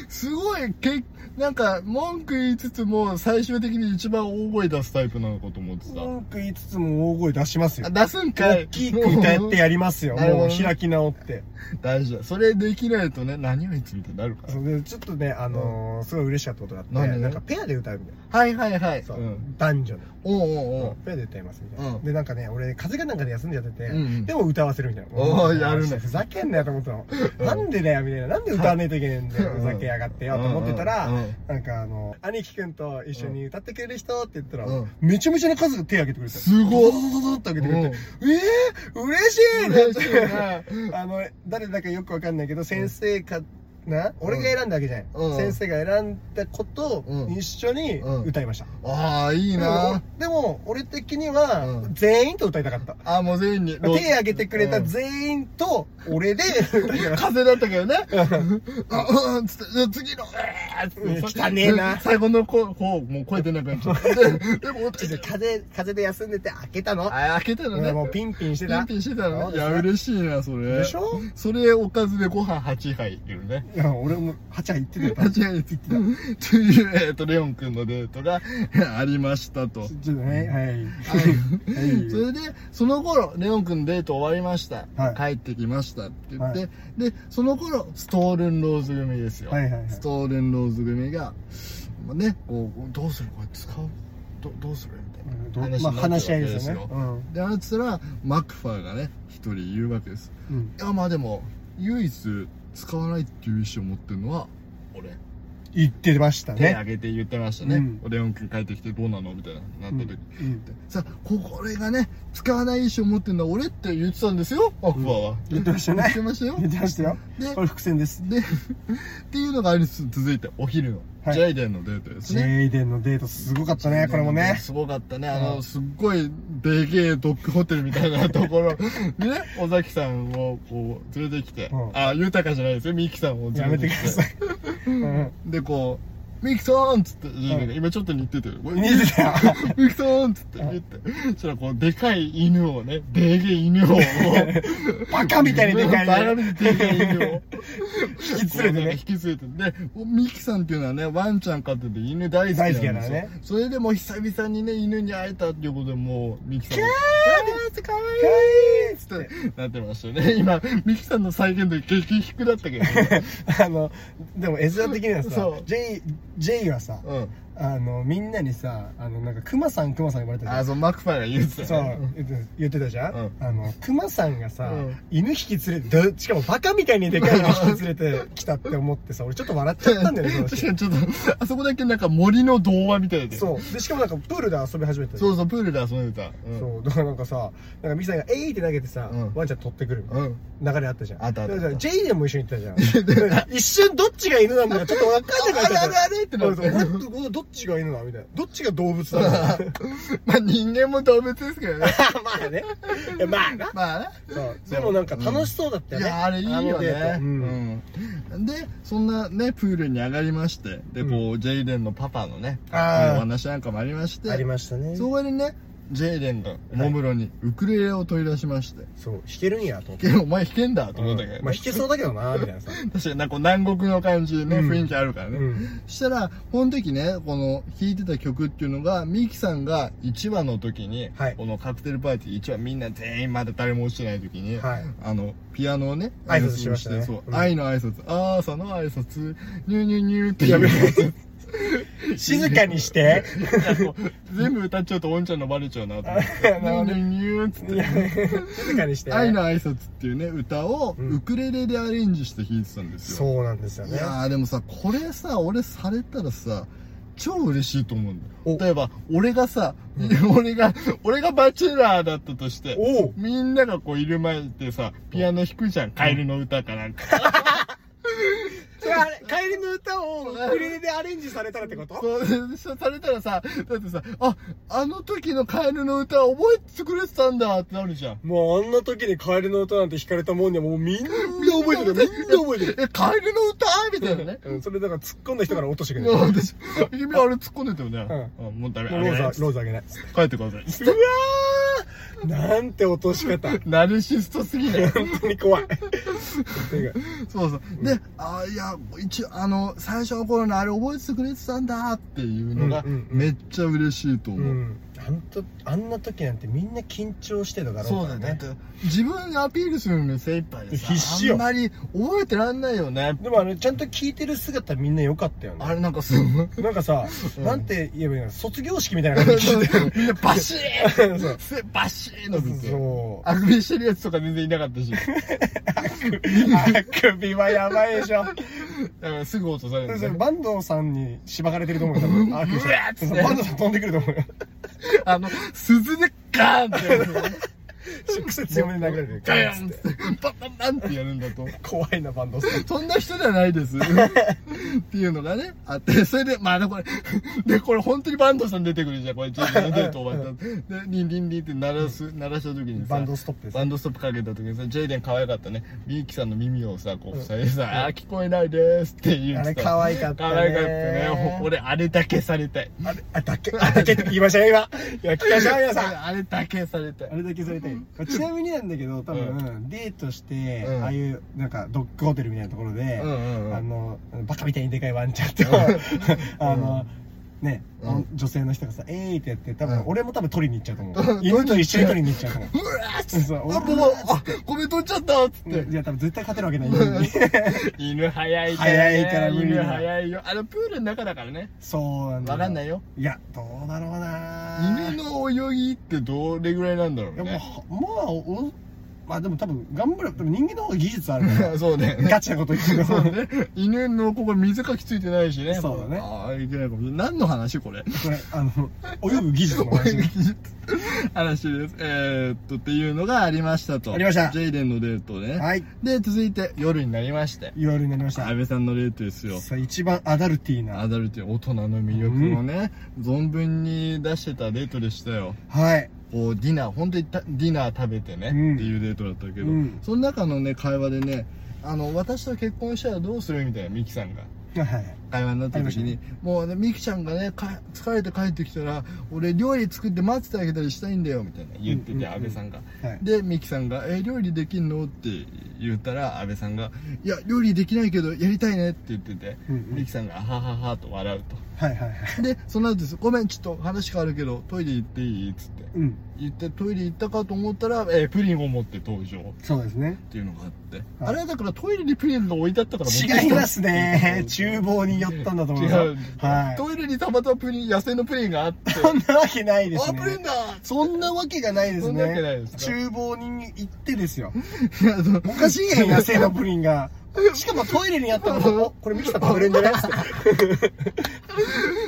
Speaker 1: すごい、け、なんか、文句言いつつも、最終的に一番大声出すタイプなのかと思ってた。
Speaker 2: 文句言いつつも大声出しますよ
Speaker 1: あ出すんかい
Speaker 2: 大きく歌ってやりますよ
Speaker 1: なるほ
Speaker 2: も
Speaker 1: ど
Speaker 2: う
Speaker 1: ね
Speaker 2: 開き直って
Speaker 1: 大事だ。それできないとね、何をいつみたいになるか
Speaker 2: それでちょっとねあのーすごい嬉しかったことがあって
Speaker 1: 何
Speaker 2: なんかペアで歌うみたいな
Speaker 1: ら。はいはいはい。
Speaker 2: そう、
Speaker 1: ん。
Speaker 2: 男女の
Speaker 1: おうおうおう。
Speaker 2: ペアで歌いますみたいな、
Speaker 1: うん
Speaker 2: でなんかね俺風邪かなんかで休んじゃってて、
Speaker 1: うんうん
Speaker 2: でも歌わせるみたいな
Speaker 1: おー
Speaker 2: うん
Speaker 1: やるね
Speaker 2: ふざけんなよと思ったの、
Speaker 1: うん
Speaker 2: なんでだよみたいななんで歌わねえといけねえんだよ、
Speaker 1: うん
Speaker 2: ふざけやがってよと思ってたら、
Speaker 1: うんうんうん
Speaker 2: なんかあの兄貴くんと一緒に歌ってくれる人って言ったら、
Speaker 1: うん
Speaker 2: めちゃめちゃな数手挙げてくれてた
Speaker 1: すごっ
Speaker 2: ドドドドドって挙げてくれて、えー、嬉しいね
Speaker 1: 嬉しいね。
Speaker 2: あの誰だかよくわかんないけど先生かな、俺が選んだわけじゃない、
Speaker 1: うん
Speaker 2: 先生が選んだことを
Speaker 1: うん
Speaker 2: 一緒に歌いました、
Speaker 1: ああ、いいな。
Speaker 2: でも俺的には
Speaker 1: うん
Speaker 2: 全員と歌いたかった、
Speaker 1: ああ、もう全員に。
Speaker 2: 手挙げてくれた
Speaker 1: うん
Speaker 2: 全員と俺で歌いたかった
Speaker 1: 風だったけどね。うんうん、つって、次の、え
Speaker 2: うん
Speaker 1: ーっつって
Speaker 2: 汚ねえな
Speaker 1: 最後の子、こう、もう声出なくなっちゃ った。ででも、
Speaker 2: ちょっと 風邪風邪で休んでて開けたの
Speaker 1: あ、開けたのね。
Speaker 2: もうピンピンして
Speaker 1: ピ
Speaker 2: た
Speaker 1: ンピンしてた
Speaker 2: そ
Speaker 1: のね。い
Speaker 2: うですね
Speaker 1: や、嬉しいな、それ。
Speaker 2: でしょ
Speaker 1: それ、おかずでご飯8杯いるね。
Speaker 2: いや俺も8杯言ってたよ
Speaker 1: 8杯って言ってた。という、えーっと、レオン君のデートが ありましたと。
Speaker 2: ちょっとねはいはい
Speaker 1: それで、その頃、レオン君デート終わりました。
Speaker 2: は
Speaker 1: 帰ってきましたって言っ
Speaker 2: は
Speaker 1: て、で、その頃、ストールンローズ組ですよ。
Speaker 2: はいはいはい
Speaker 1: ストールンローズ組が、まあね、こう、どうするこれ使うどどうするみたいな。
Speaker 2: うんど
Speaker 1: 話
Speaker 2: まあ
Speaker 1: になってるわけ
Speaker 2: 話し合いですよね
Speaker 1: です
Speaker 2: うん
Speaker 1: で、あいつら、マクファーがね、一人言うわけです。
Speaker 2: うん
Speaker 1: いや、まあでも、唯一使わないっていう意思を持ってるのは、俺。
Speaker 2: 言ってました
Speaker 1: 手
Speaker 2: ね
Speaker 1: 挙げて言ってましたね。
Speaker 2: うん
Speaker 1: レオン君帰ってきてどうなのみたいな、なった時。
Speaker 2: うん
Speaker 1: さあ、ここれがね、使わない意思を持ってるのは俺って言ってたんですよ、マクファーは。
Speaker 2: 言ってましたね
Speaker 1: 言ってましたよ。
Speaker 2: 言ってましたよ
Speaker 1: で
Speaker 2: これ伏線です
Speaker 1: で、っていうのがありつつ、続いてお昼の、
Speaker 2: はい
Speaker 1: ジャイデンのデートですね。
Speaker 2: J デンのデートすごかったねこれもね
Speaker 1: すごかったね。
Speaker 2: ん
Speaker 1: あの、すっごい、でけえドッグホテルみたいなとこ ろにね、尾崎さんをこう、連れてきて
Speaker 2: うん、
Speaker 1: あ、豊かじゃないですよ、ミキさんを
Speaker 2: や
Speaker 1: 連
Speaker 2: め
Speaker 1: れ
Speaker 2: て
Speaker 1: てき
Speaker 2: くだ
Speaker 1: て。
Speaker 2: さいうん
Speaker 1: で、こう、ミキさんっつって、ジャイデンが今ちょっと似てて、
Speaker 2: 似てたよ
Speaker 1: ミキさんっつって言って、そしたらこう、でかい犬をね、でけえ犬を、こう
Speaker 2: バカみたいにでかい
Speaker 1: バラ
Speaker 2: ね
Speaker 1: みたいにでかい犬を。
Speaker 2: 引き連れてね
Speaker 1: 引き連れてでミキさんっていうのはねワンちゃん飼ってて犬大好きなんですよ
Speaker 2: 大好きだからね
Speaker 1: それでもう久々にね犬に会えたっていうことでもうミキさんも
Speaker 2: ーかわいいっつ
Speaker 1: キャー
Speaker 2: っ
Speaker 1: ってなってましたよね今ミキさんの再現度激低だったけど、ね、
Speaker 2: てあのでも絵面的にはさ
Speaker 1: そう
Speaker 2: J, J はさ
Speaker 1: うん
Speaker 2: あのみんなにさあのなんかクマさんクマさん呼ばれてたじゃ
Speaker 1: あ
Speaker 2: ん
Speaker 1: そうマクファーが言ってた
Speaker 2: そ
Speaker 1: よね
Speaker 2: う言って言ってたじゃん、
Speaker 1: うん
Speaker 2: あのクマさんがさ、
Speaker 1: うん
Speaker 2: 犬引き連れてどしかもバカみたいにでかい犬引き連れてきたって思ってさ俺ちょっと笑っちゃったんだよ ねその
Speaker 1: 確か
Speaker 2: 人
Speaker 1: にちょっとあそこだけなんか森の童話みたいでう
Speaker 2: そうでしかもなんかプールで遊び始めたじゃ
Speaker 1: そう
Speaker 2: ん
Speaker 1: そうプールで遊んでた、うん、
Speaker 2: そうだからなんかさなんかミキさんが「えい!」って投げてさ、
Speaker 1: うん
Speaker 2: ワンちゃん取ってくるみたい
Speaker 1: うん
Speaker 2: な流れあったじゃん
Speaker 1: あったあったあった
Speaker 2: だからジェイデンも一緒に行ったじゃん一瞬どっちが犬なんだかちょっと分かんなかった
Speaker 1: あれあれあれってなって
Speaker 2: そうそうこれどっちが犬なのみたいなどっちが動物なの
Speaker 1: まあ人間も動物ですけどね
Speaker 2: まあねいやまあな
Speaker 1: まあね
Speaker 2: そうでもなんか楽しそうだったよ
Speaker 1: い
Speaker 2: ね、
Speaker 1: やあれいい
Speaker 2: の
Speaker 1: よ
Speaker 2: デー
Speaker 1: ね
Speaker 2: トうん
Speaker 1: うんでそんなねプールに上がりましてでこう、ジェイデンのパパのね
Speaker 2: あー
Speaker 1: お話なんかもありまして
Speaker 2: ありましたね
Speaker 1: そ
Speaker 2: そう
Speaker 1: こにねジェイデンがおもむろにウクレレを取り出しまして
Speaker 2: 弾けるんやと思
Speaker 1: 「
Speaker 2: って
Speaker 1: けどお前弾けんだ」と思ったけど、ね
Speaker 2: まあ弾けそうだけどなみたいなさ、
Speaker 1: 確かになんかこう南国の感じね、
Speaker 2: うん
Speaker 1: 雰囲気あるからね、
Speaker 2: うん
Speaker 1: そしたらこの時ねこの弾いてた曲っていうのがミキさんが1話の時に、
Speaker 2: はい
Speaker 1: このカクテルパーティー1話みんな全員まだ誰も落ちてない時に、
Speaker 2: はい
Speaker 1: あのピアノをね
Speaker 2: 挨拶しましたね
Speaker 1: 演奏てそう、
Speaker 2: うん
Speaker 1: 愛の挨拶あーさの挨拶ニューニューニューってやめて
Speaker 2: 静かにして
Speaker 1: 全部歌っちゃうとおんちゃんのバレちゃうなと思ってニ
Speaker 2: なる
Speaker 1: ューニ
Speaker 2: ほど
Speaker 1: ューニューっつって
Speaker 2: 静かにして
Speaker 1: 愛の挨拶っていうね歌を
Speaker 2: うん
Speaker 1: ウクレレでアレンジして弾いてたんですよ、
Speaker 2: そうなんですよ
Speaker 1: い
Speaker 2: ね
Speaker 1: やーでもさこれさ俺されたらさ超嬉しいと思うんだ
Speaker 2: お
Speaker 1: よ例えば俺がさ、俺が俺がバチェラーだったとして
Speaker 2: おう
Speaker 1: みんながこういる前でさピアノ弾くじゃん「カエルの歌」かなんか、
Speaker 2: それあれ帰りの歌をウクレレでアレンジされたらってこと
Speaker 1: そう、そうされたらさ、だってさ、あ、あの時のカエルの歌覚えてくれてたんだってなるじゃん。
Speaker 2: もうあんな時に帰りの歌なんて弾かれたもんにはもうみんな覚えてる。みんな覚えてる。
Speaker 1: え、カエルの歌みたいなね。
Speaker 2: うん、それだから突っ込んだ人から落としてくれる。
Speaker 1: あ
Speaker 2: もう
Speaker 1: 私、君あれ突っ込んでたよね。あもうダメ。
Speaker 2: ロー
Speaker 1: あげない
Speaker 2: ズ、ローズあげない。
Speaker 1: 帰ってください。
Speaker 2: うわーなんて落とし方。
Speaker 1: ナルシストすぎない。
Speaker 2: 本当に怖い。
Speaker 1: そうそう。で、あいや、一応、あの、最初の頃のあれ覚えてくれてたんだっていうのが
Speaker 2: うんうん、うん
Speaker 1: めっちゃ嬉しいと
Speaker 2: う
Speaker 1: 思う。
Speaker 2: ん。あんと、あんな時なんてみんな緊張してただろ
Speaker 1: そうう
Speaker 2: か
Speaker 1: だ
Speaker 2: ら
Speaker 1: よね
Speaker 2: ね。。
Speaker 1: だって自分がアピールするのに精一杯でさ、
Speaker 2: 必死よ
Speaker 1: あんまり覚えてらんないよね。
Speaker 2: でもあれ、ちゃんと聞いてる姿みんな良かったよね。
Speaker 1: あれなんかすごい。
Speaker 2: なんかさ、
Speaker 1: うん
Speaker 2: なんて言えばいいの卒業式みたいな感じ で聞いて
Speaker 1: みんなバシー
Speaker 2: る。 そう。
Speaker 1: ンバシーンのずっと。
Speaker 2: そ
Speaker 1: あくびしてるやつとか全然いなかったし、
Speaker 2: う。あくびはやばいでしょ。
Speaker 1: だからすぐ落とされるんだ
Speaker 2: それ
Speaker 1: よね
Speaker 2: バンドさんにしばかれてると 思うよ、多分。あくびし。
Speaker 1: うわーってつって
Speaker 2: そうバンドさん飛んでくると思うよ。
Speaker 1: あの、鈴でガーンってやるのね。
Speaker 2: 癖強めに殴られてる。
Speaker 1: ガーンって、バンバンバンってやるんだと思う。
Speaker 2: 怖いな、バンドさん。
Speaker 1: そんな人じゃないです。っていうのがね、あって、それで、まあ、これ、で、これ本当にバンドさん出てくるじゃん、これ、ちょっと出てると思った。で、リンリンリンって鳴らす、鳴らした時にさ、
Speaker 2: バンドストップです
Speaker 1: バンドストップかけた時にさ、ジェイデン可愛かったね、ミーキさんの耳をさ、こう塞いでさ、あー、聞こえないですって言
Speaker 2: あ
Speaker 1: っ
Speaker 2: れ
Speaker 1: てた。
Speaker 2: 可愛かったね
Speaker 1: 可愛かったね。ほ俺、あれだけされたい。
Speaker 2: あれ、あ、だけ、あ、だけって言いましたよ、今。いや、聞かせて皆さん。
Speaker 1: あれだけされたい
Speaker 2: あ。れだけされたい。ちなみになんだけど、多分、デートして、
Speaker 1: うん
Speaker 2: ああいう、なんか、ドッグホテルみたいなところで、
Speaker 1: うんうんうん
Speaker 2: あの、バカみたいにでかいワンちゃんと、 あの、ね、
Speaker 1: うん
Speaker 2: 女性の人がさ、えーってやって、多分、
Speaker 1: うん
Speaker 2: 俺も多分取りに行っちゃうと思う。
Speaker 1: うん
Speaker 2: 犬と一緒に取りに行っちゃうと思う
Speaker 1: う。わーっつって
Speaker 2: そう、
Speaker 1: あ、
Speaker 2: 俺
Speaker 1: もう、あ、ごめん、取っちゃったっつって。
Speaker 2: いや、多分絶対勝てるわけない犬に。
Speaker 1: 犬早いから、ね。
Speaker 2: 早いから無理
Speaker 1: 犬
Speaker 2: だ
Speaker 1: 早いよ。あの、プールの中だからね。
Speaker 2: そうなんだ。
Speaker 1: わかんない
Speaker 2: い。
Speaker 1: よ。
Speaker 2: いや、どうだろうな
Speaker 1: 犬の泳ぎってどれぐらいなんだろう
Speaker 2: でも
Speaker 1: ね。
Speaker 2: まあおまあでも多分頑張れでも人間の方が技術あるか ら
Speaker 1: そうね。
Speaker 2: ガチなこと言ってる
Speaker 1: そうね。 犬のここ水かきついてないしね。
Speaker 2: そうだね
Speaker 1: ああ、いけないかもしれない。何の話これ。
Speaker 2: これあの泳ぐ技術の話
Speaker 1: 話です。えー、っと、っていうのがありましたと。
Speaker 2: ありました
Speaker 1: ジェイデンのデートね。
Speaker 2: はい
Speaker 1: で、続いて夜になりまして。
Speaker 2: URL になりました
Speaker 1: 安倍さんのデートですよ。
Speaker 2: さあ一番アダルティー
Speaker 1: ア
Speaker 2: な
Speaker 1: ダルティ大人の魅力をね、存分に出してたデートでしたよ。
Speaker 2: はい
Speaker 1: こうディナー本当にたディナー食べてね、
Speaker 2: うん
Speaker 1: っていうデートだったけど、
Speaker 2: うん
Speaker 1: その中のね会話でねあの私と結婚したらどうするみたいなミキさんが
Speaker 2: はいはい
Speaker 1: 会話になった時に、もうねミキちゃんがねか疲れて帰ってきたら俺料理作って待っててあげたりしたいんだよみたいな言ってて、
Speaker 2: うんうんうん
Speaker 1: 安倍さんが、
Speaker 2: はい
Speaker 1: でミキさんが「え料理できんの?」って言ったら安倍さんが「いや料理できないけどやりたいね」って言ってて、
Speaker 2: うんうん
Speaker 1: ミキさんが「あははは」と笑うと。
Speaker 2: はいはいはい
Speaker 1: で、その後です。ごめん、ちょっと話変わるけど、トイレ行っていいっつって。
Speaker 2: うん
Speaker 1: 行ってトイレ行ったかと思ったら、えープリンを持って登場っ
Speaker 2: そうですね
Speaker 1: ていうのがあって、あれはだからトイレにプリンが置いてあったから持ってきた
Speaker 2: 違いますね
Speaker 1: 違
Speaker 2: 厨房に寄ったんだと思う
Speaker 1: う、
Speaker 2: はい
Speaker 1: トイレにたまたまプリン野生のプリンがあって
Speaker 2: そんなわけないです
Speaker 1: あプリ
Speaker 2: ね
Speaker 1: ンだ
Speaker 2: そんなわけがないです
Speaker 1: そんなわけない
Speaker 2: ね
Speaker 1: ですか
Speaker 2: 厨房に行ってで すよ
Speaker 1: いやその
Speaker 2: おかしいやん、野生のプリンが。しかもトイレにあった のおこれミキさん食べれんじゃないっつって。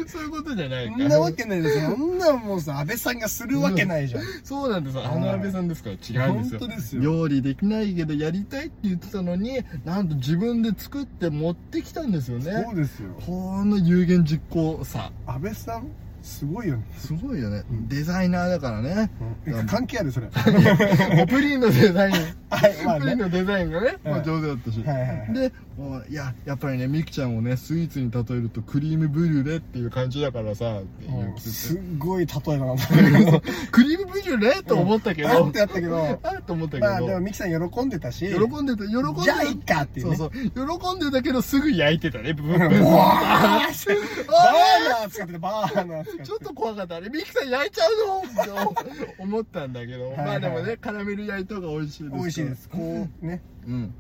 Speaker 1: そういうことじゃない
Speaker 2: そ
Speaker 1: か
Speaker 2: んなわけないですよ。そんなんもうさ、安倍さんがするわけないじゃん。
Speaker 1: そうなんですよあの安倍さんですから違うんですよ
Speaker 2: 本当ですよ
Speaker 1: 料理できないけどやりたいって言ってたのになんと自分で作って持ってきたんですよね
Speaker 2: そうですよ。
Speaker 1: この有言実行さ
Speaker 2: 安倍さん、すごいよね。
Speaker 1: すごいよね、
Speaker 2: うん
Speaker 1: デザイナーだからね
Speaker 2: うん関係あるそれ。
Speaker 1: もうプリンのデザイン、
Speaker 2: はい、まあ
Speaker 1: プリン
Speaker 2: ね。
Speaker 1: のデザインがね、
Speaker 2: はい
Speaker 1: まあ、上手だったし、
Speaker 2: はいはいはい
Speaker 1: でもういややっぱりねみきちゃんをねスイーツに例えるとクリームブリュレっていう感じだからさって言
Speaker 2: う
Speaker 1: っ
Speaker 2: ん
Speaker 1: て
Speaker 2: すっごい例えだ なと思ったけ
Speaker 1: てクリームブリュレと思ったけ
Speaker 2: ど。
Speaker 1: ど、
Speaker 2: あってあったけど、
Speaker 1: あっと思ったけど、
Speaker 2: まあでもミキさん喜んでたし、
Speaker 1: 喜んでた喜んでた
Speaker 2: じゃあいっかっていうね。
Speaker 1: そうそう喜んでたけどすぐ焼いてたねブブブ
Speaker 2: バ
Speaker 1: ブ
Speaker 2: ーナー使ってた、バーナー使ってた
Speaker 1: ちょっと怖かったあれミキさん焼いちゃうぞって思ったんだけど、
Speaker 2: いはい
Speaker 1: まあでもねカラメル焼いた方が美味しいですから
Speaker 2: 美味しいです。こうね。
Speaker 1: うん。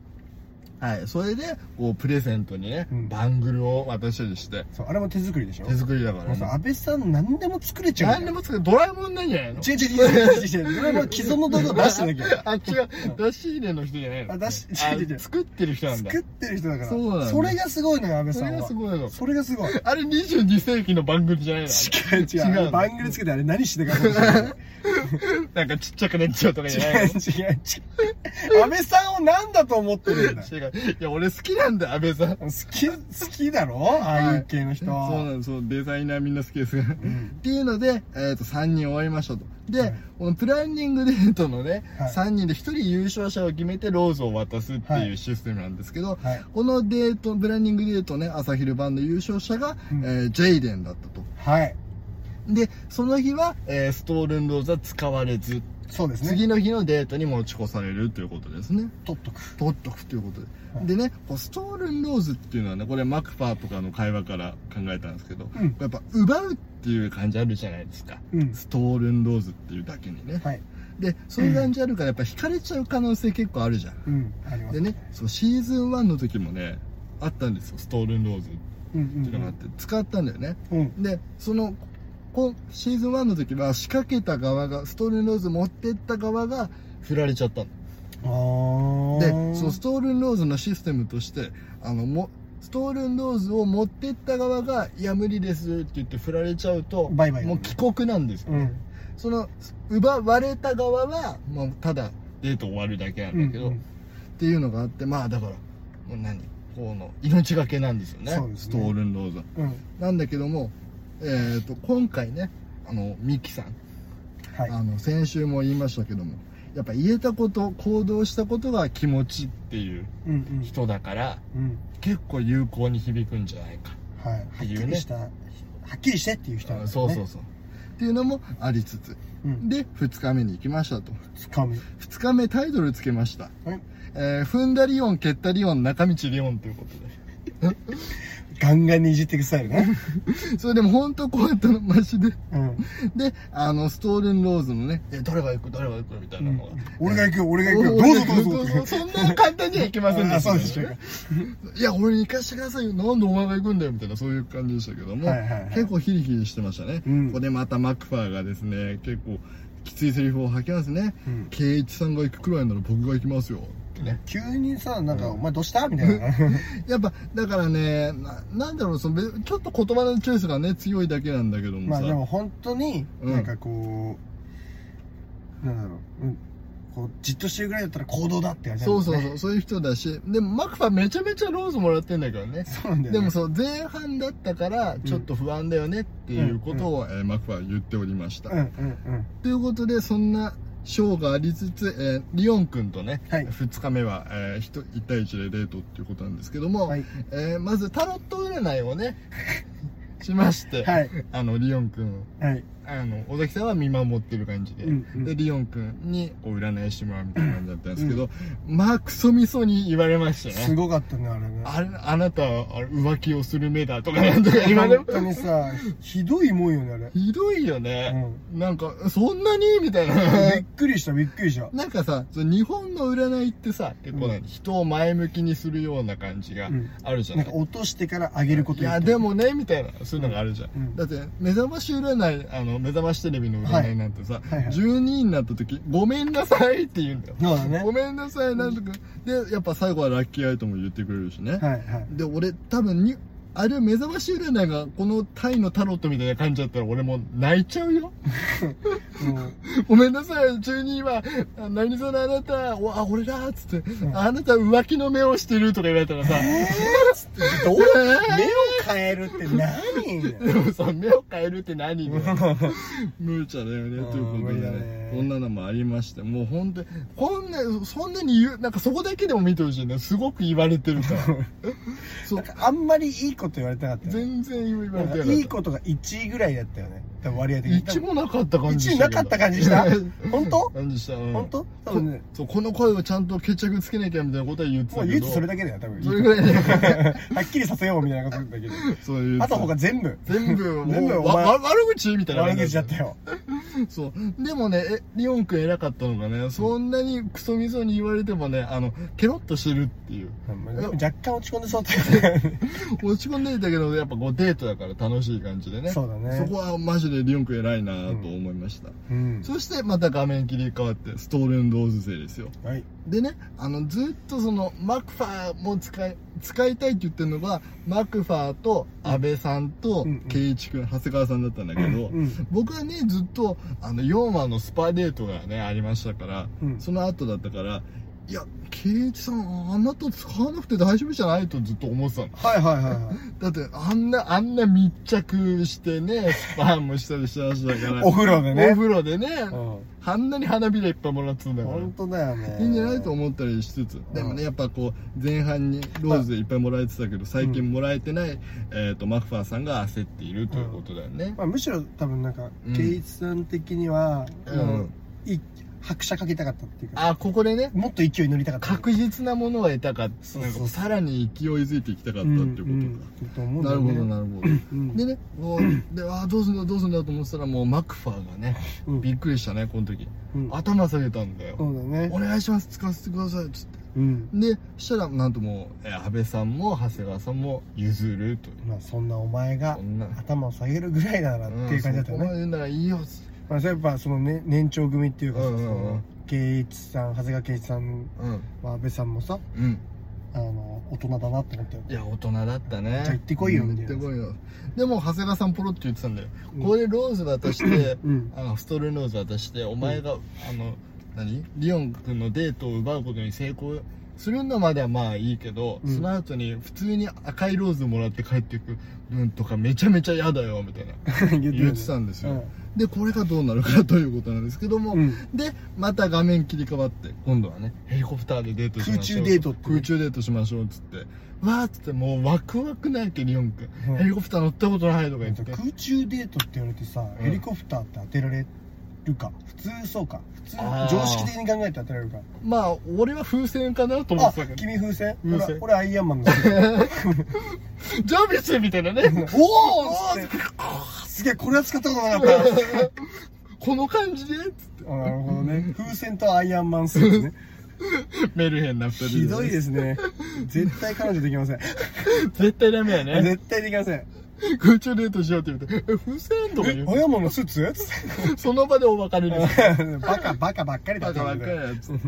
Speaker 1: はい。それで、こう、プレゼントにね、
Speaker 2: うん
Speaker 1: バングルを私たちして、
Speaker 2: そう、あれも手作りでしょ
Speaker 1: 手作りだか
Speaker 2: も
Speaker 1: ら、
Speaker 2: うさ、
Speaker 1: ね。
Speaker 2: 安倍さん何でも作れちゃう
Speaker 1: 何
Speaker 2: じ
Speaker 1: で
Speaker 2: ゃん。
Speaker 1: も作る。ドラえもんなんじゃないの
Speaker 2: 違う違 う違う違う違う違う。それも既存の道具を出してなき ゃ。
Speaker 1: あ、違う。出し入れの人じゃないの
Speaker 2: あ出し違う違う違う
Speaker 1: あ作ってる人なんだ。
Speaker 2: 作ってる人だから。
Speaker 1: そうなんだ
Speaker 2: それがすごいのよ、安倍
Speaker 1: そ
Speaker 2: さ
Speaker 1: れ
Speaker 2: ん
Speaker 1: が
Speaker 2: は
Speaker 1: す。ごいの。
Speaker 2: それがすごい。
Speaker 1: あれ22世紀の番組じゃないの
Speaker 2: 違う違
Speaker 1: 違う
Speaker 2: う。番組つけてあれ何してたか分かん ない
Speaker 1: なんかちっちゃくなっちゃうとかじゃ
Speaker 2: 違
Speaker 1: ないう
Speaker 2: 違う違う。安倍さんを何だと思ってるんだ
Speaker 1: の違う。いや、俺好きなんだよ、安倍さん。
Speaker 2: 好き、好きだろああいう系の人。
Speaker 1: はいそうなんですそうデザイナーみんな好きですから、
Speaker 2: ん
Speaker 1: っていうので、えー、と3人終わりましたとで、
Speaker 2: はい
Speaker 1: このプランニングデートのね、
Speaker 2: はい
Speaker 1: 3人で1人優勝者を決めてローズを渡すって
Speaker 2: はいいう
Speaker 1: システムなんですけど、
Speaker 2: はい
Speaker 1: このデートプランニングデートね朝昼晩の優勝者が、
Speaker 2: うん
Speaker 1: えージェイデンだったと
Speaker 2: はい。
Speaker 1: でその日は、えーストールンローズは使われず、
Speaker 2: そうですね。
Speaker 1: 次の日のデートに持ち越されるということですね
Speaker 2: 取っとく。
Speaker 1: 取っとくということで、
Speaker 2: はい
Speaker 1: でねこうストールンローズっていうのはねこれマクファーとかの会話から考えたんですけど、
Speaker 2: うん
Speaker 1: やっぱ奪うっていう感じあるじゃないですか
Speaker 2: うん。
Speaker 1: ストールンローズっていうだけにね、
Speaker 2: はい。
Speaker 1: でそういう感じあるからやっぱ惹かれちゃう可能性結構あるじゃん
Speaker 2: うん。あります。
Speaker 1: でねそうシーズン1の時もねあったんですよストールンローズって
Speaker 2: うん
Speaker 1: いうのがあって、使ったんだよね
Speaker 2: うん。うん。
Speaker 1: でそのこシーズン1の時は仕掛けた側がストールンローズ持ってった側が振られちゃったの
Speaker 2: あー
Speaker 1: でそのストールンローズのシステムとしてあのもストールンローズを持ってった側が「いや無理です」って言って振られちゃうと
Speaker 2: バイバイだね
Speaker 1: もう帰国なんですよ、
Speaker 2: うん。
Speaker 1: その奪われた側はもうただデート終わるだけなんだけど、
Speaker 2: うんうん
Speaker 1: っていうのがあってまあだからもう何こうの命がけなんですよね
Speaker 2: そうです
Speaker 1: ス
Speaker 2: ね
Speaker 1: トールンローズは
Speaker 2: うん。
Speaker 1: なんだけども、えー、と今回ねあのミキさん
Speaker 2: はい。
Speaker 1: あの先週も言いましたけどもやっぱ言えたこと行動したことが気持ちっていう
Speaker 2: うんうん。
Speaker 1: 人だから
Speaker 2: うん。
Speaker 1: 結構有効に響くんじゃないか、
Speaker 2: はい。はっきりした、はっきりしてっていう人なんです
Speaker 1: そ
Speaker 2: ね。
Speaker 1: うそうそうっていうのもありつつ
Speaker 2: うん。
Speaker 1: で2日目に行きましたと
Speaker 2: つかむ。
Speaker 1: 2日目タイトルつけました、
Speaker 2: はい
Speaker 1: えー踏んだリオン蹴ったリオン中道リオンということ
Speaker 2: ガンガンにいじっていくスタイル ね。
Speaker 1: でそれでも本当こうやったのマジで
Speaker 2: うん。
Speaker 1: であのストールンローズのねえ誰が行く誰が行くみたいなのが、
Speaker 2: 俺が行くよ、俺が行くよ。どうぞ
Speaker 1: お
Speaker 2: どうぞ。
Speaker 1: そんな簡単にはいきませんで
Speaker 2: あ
Speaker 1: した
Speaker 2: そう
Speaker 1: ね、
Speaker 2: でしたか。
Speaker 1: いや俺に行かしてくださいよなんでお前が行くんだよみたいなそういう感じでしたけども、
Speaker 2: はいはいはい
Speaker 1: 結構ヒリヒリしてましたね、
Speaker 2: うん
Speaker 1: ここでまたマクファーがですね結構きついセリフを吐きますね
Speaker 2: うん
Speaker 1: 圭一、さんが行くくらいなら僕が行きますよってね
Speaker 2: 急にさ、なんか、お前どうしたみ たいな。
Speaker 1: やっぱだからねななんだろうそのべちょっと言葉のチョイスがね強いだけなんだけども
Speaker 2: ま
Speaker 1: さ、
Speaker 2: あでも本当に、
Speaker 1: うん
Speaker 2: なんかこう、なんだろう。うん。こう、じっとしてるぐらいだったら行動だって感じなんだ
Speaker 1: そ
Speaker 2: よ
Speaker 1: う
Speaker 2: ね
Speaker 1: そうそうそういう人だしでもマクファーめちゃめちゃローズもらってんだけどね
Speaker 2: そうなんだよ、
Speaker 1: で
Speaker 2: ね。
Speaker 1: もそう前半だったからちょっと不安だよねっていうことを、えーマクファーは言っておりました、
Speaker 2: うんうん
Speaker 1: ということでそんなショーがありつつ、えーリオン君とね、
Speaker 2: はい
Speaker 1: 2日目は、えー、1, 対1でデートっていうことなんですけども、
Speaker 2: はい
Speaker 1: えーまずタロット占いを ねしまして、
Speaker 2: はい
Speaker 1: あのリオン君
Speaker 2: うん。はい。
Speaker 1: あの尾崎さんは見守ってる感じで,、
Speaker 2: うんうん
Speaker 1: でリオン君にこう占いしてもらうみたいな感じだったんですけど、まあクソみそに言われました
Speaker 2: す
Speaker 1: ね
Speaker 2: ごかったね、あれね。
Speaker 1: あれあなたはあれ浮気をする目だとかなんとか言われ
Speaker 2: 本当にさ、ひどいもんよね、あれ。
Speaker 1: ひどいよね、なんかそんなにみたいな
Speaker 2: びっくりした、びっくりした。
Speaker 1: なんかさ、その日本の占いってさ、結構、ね
Speaker 2: うん
Speaker 1: 人を前向きにするような感じが
Speaker 2: うん
Speaker 1: あるじゃな、
Speaker 2: ないんか落としてから上げること
Speaker 1: い
Speaker 2: 言っ
Speaker 1: や、
Speaker 2: て
Speaker 1: でもね、みたいな、そういうのがあるじゃん。
Speaker 2: うん
Speaker 1: だって、目覚まし占い、あの、目覚ましテレビの占いなんてさ、
Speaker 2: はいはい
Speaker 1: 12になった時、ごめんなさいって言うんだよ。
Speaker 2: そうだね。
Speaker 1: ごめんなさい、なんとか。で、やっぱ最後はラッキーアイトも言ってくれるしね。
Speaker 2: はいはい。
Speaker 1: で、俺、多分に、あれ、目覚まし占いが、このタイのタロットみたいな感じだったら、俺もう泣いちゃうよ。
Speaker 2: うん
Speaker 1: ごめんなさい、12は、あ何そのあなた、おあ、俺だっつって、あなた浮気の目をしてるとか言われたらさ、
Speaker 2: どう
Speaker 1: えー
Speaker 2: 目を変えるって何
Speaker 1: でもさ、目を変えるって何 だよ。無茶だよね、ということで
Speaker 2: 無理だ
Speaker 1: ね
Speaker 2: ね。
Speaker 1: こんなのもありまして、もうほんと、こんな、そんなに言う、なんかそこだけでも見てほしいね。すごく言われてる から。そう、
Speaker 2: あんまりいいこと言われてなかったよね。
Speaker 1: 全然言われ
Speaker 2: なん
Speaker 1: て
Speaker 2: か
Speaker 1: なかった。
Speaker 2: いいことが1位ぐらいだったよね。多分割合的に。
Speaker 1: 一もなかった感じ
Speaker 2: 1位なかった感じした本当
Speaker 1: 感じした。うん
Speaker 2: 本当多
Speaker 1: こ
Speaker 2: 分ね。
Speaker 1: そう、この声をちゃんと決着つけなきゃみたいなことは言って
Speaker 2: も
Speaker 1: た
Speaker 2: う
Speaker 1: け
Speaker 2: 唯
Speaker 1: ど。
Speaker 2: 一それだけだよ、多分。
Speaker 1: それぐらいで。
Speaker 2: はっきりさせようみたいなことだけど。
Speaker 1: そういう。
Speaker 2: あと他全部。
Speaker 1: 全部、
Speaker 2: 全部
Speaker 1: もう、
Speaker 2: お
Speaker 1: わ
Speaker 2: 前
Speaker 1: わ悪口みたいな。
Speaker 2: 悪口だったよ。
Speaker 1: そう。でもね、え、リオン君偉かったのがね、そんなにクソみそに言われてもね、あの、ケロッとしてるっていう。
Speaker 2: でも若干落ち込んでそうだったよね。
Speaker 1: 落ち込んでたけど、やっぱこうデートだから楽しい感じでね。
Speaker 2: そうだね
Speaker 1: そこはマジでリオン君偉いなと思いました。
Speaker 2: うん。
Speaker 1: そしてまた画面切り替わって、ストールンローズ勢ですよ。
Speaker 2: はい。
Speaker 1: でね、あの、ずっとその、マクファーも使い、使いたいって言ってるのが、マクファーと安倍さんと
Speaker 2: うんうん、
Speaker 1: 圭一君、長谷川さんだったんだけど、
Speaker 2: うん。
Speaker 1: 僕はねずっとあの4話のスパデートがねありましたから、
Speaker 2: うん
Speaker 1: その後だったからいや、圭一さん、あなた使わなくて大丈夫じゃないとずっと思ってたの。
Speaker 2: はいはい はいはい。
Speaker 1: だって、あんな、あんな密着してね、スパンもしたりしてましたから。
Speaker 2: お風呂でね
Speaker 1: お。風呂でね、
Speaker 2: う
Speaker 1: あんなに花びらいっぱいもらってたんだ
Speaker 2: ん。
Speaker 1: から。
Speaker 2: 本当だよね。
Speaker 1: いいんじゃないと思ったりしつつ、でもね、やっぱこう、前半にローズでいっぱいもらえてたけど、最近もらえてない、えっと、マクファーさんが焦っているということだよね。
Speaker 2: まあ、むしろ多分なんか
Speaker 1: うん、
Speaker 2: 圭一さん的には、もうい拍車かけたかったっていうか、
Speaker 1: あ、ここでね、
Speaker 2: もっと勢いに乗りたかった。
Speaker 1: 確実なものを得たかっ
Speaker 2: そうそう
Speaker 1: なんかさらに勢いづいていきたかった
Speaker 2: う
Speaker 1: って
Speaker 2: ん
Speaker 1: いううんこと
Speaker 2: う
Speaker 1: か。
Speaker 2: んと思うん
Speaker 1: な
Speaker 2: だよ
Speaker 1: る
Speaker 2: ね。
Speaker 1: ほど、なるほど。
Speaker 2: うん
Speaker 1: でね、こうであーどうすんだどうすんだと思ってたらもうマクファーがね
Speaker 2: うん
Speaker 1: びっくりしたねこの時
Speaker 2: うん
Speaker 1: 頭下げたんだよ
Speaker 2: そう
Speaker 1: 「
Speaker 2: だね
Speaker 1: お。願いします使わせてください」つって
Speaker 2: うん。
Speaker 1: でしたらなんともうえー安倍さんも長谷川さんも譲るという
Speaker 2: まあ、そんなお前が
Speaker 1: そんな
Speaker 2: 頭を下げるぐらいならっていう感じだった
Speaker 1: うんそこ
Speaker 2: よ
Speaker 1: ま
Speaker 2: ね。
Speaker 1: で言うならいいよっつって
Speaker 2: まあ、それやっぱそのね、年長組っていうかさ、
Speaker 1: うんうんうん
Speaker 2: その圭一さん、長谷川圭一さん、
Speaker 1: うん
Speaker 2: まあ安倍さんもさ、
Speaker 1: うん
Speaker 2: あの、大人だなって思ったよ。
Speaker 1: いや大人だったね
Speaker 2: じゃあ行ってこいよ
Speaker 1: うん
Speaker 2: み
Speaker 1: 行ったて
Speaker 2: いな
Speaker 1: こいよでも長谷川さんポロって言ってたんだよ
Speaker 2: うん
Speaker 1: これローズ渡して
Speaker 2: うん。
Speaker 1: あのストールノーズ渡してお前が、あの何リオン君のデートを奪うことに成功するのまではまあいいけど、
Speaker 2: うん
Speaker 1: その後に普通に赤いローズもらって帰っていく分とかめちゃめちゃ嫌だよみたいな
Speaker 2: 言
Speaker 1: 言ってたんです
Speaker 2: う
Speaker 1: よ、
Speaker 2: ん
Speaker 1: でこれがどうなるかということなんですけども、
Speaker 2: うん
Speaker 1: でまた画面切り替わって今度はねヘリコプターでデートしましょう
Speaker 2: 空中デートってね
Speaker 1: 空中デートしましょうっつってわーっつってもうワクワクないっけリオン君、
Speaker 2: うん
Speaker 1: ヘリコプター乗ったことないとか言って
Speaker 2: 空中デートって言われてさ、
Speaker 1: うん
Speaker 2: ヘリコプターって当てられるか普通そうか普通
Speaker 1: あー
Speaker 2: 常識的に考えて当てられるか
Speaker 1: まあ俺は風船かなと思っ
Speaker 2: あ
Speaker 1: てたけど
Speaker 2: 君風船
Speaker 1: 風船
Speaker 2: 俺俺アイアンマンの
Speaker 1: ジャービスみたいなね。
Speaker 2: おお すげえこれは使ったことなかった
Speaker 1: この感じで、
Speaker 2: あなるほどね風船とアイアンマンスー ツね
Speaker 1: メルヘンな二人
Speaker 2: ひどい
Speaker 1: す。
Speaker 2: ですね絶対彼女できません
Speaker 1: 絶対ダメやね。
Speaker 2: 絶対できません
Speaker 1: 空中デートしようって言うと、え、風船とか
Speaker 2: え
Speaker 1: 言
Speaker 2: アイアンマンのスー ツ
Speaker 1: う。その場でお別れです。
Speaker 2: バカバカばっかり
Speaker 1: バ
Speaker 2: だっ
Speaker 1: カ
Speaker 2: た
Speaker 1: バ
Speaker 2: ん
Speaker 1: カ
Speaker 2: だよ
Speaker 1: やつって。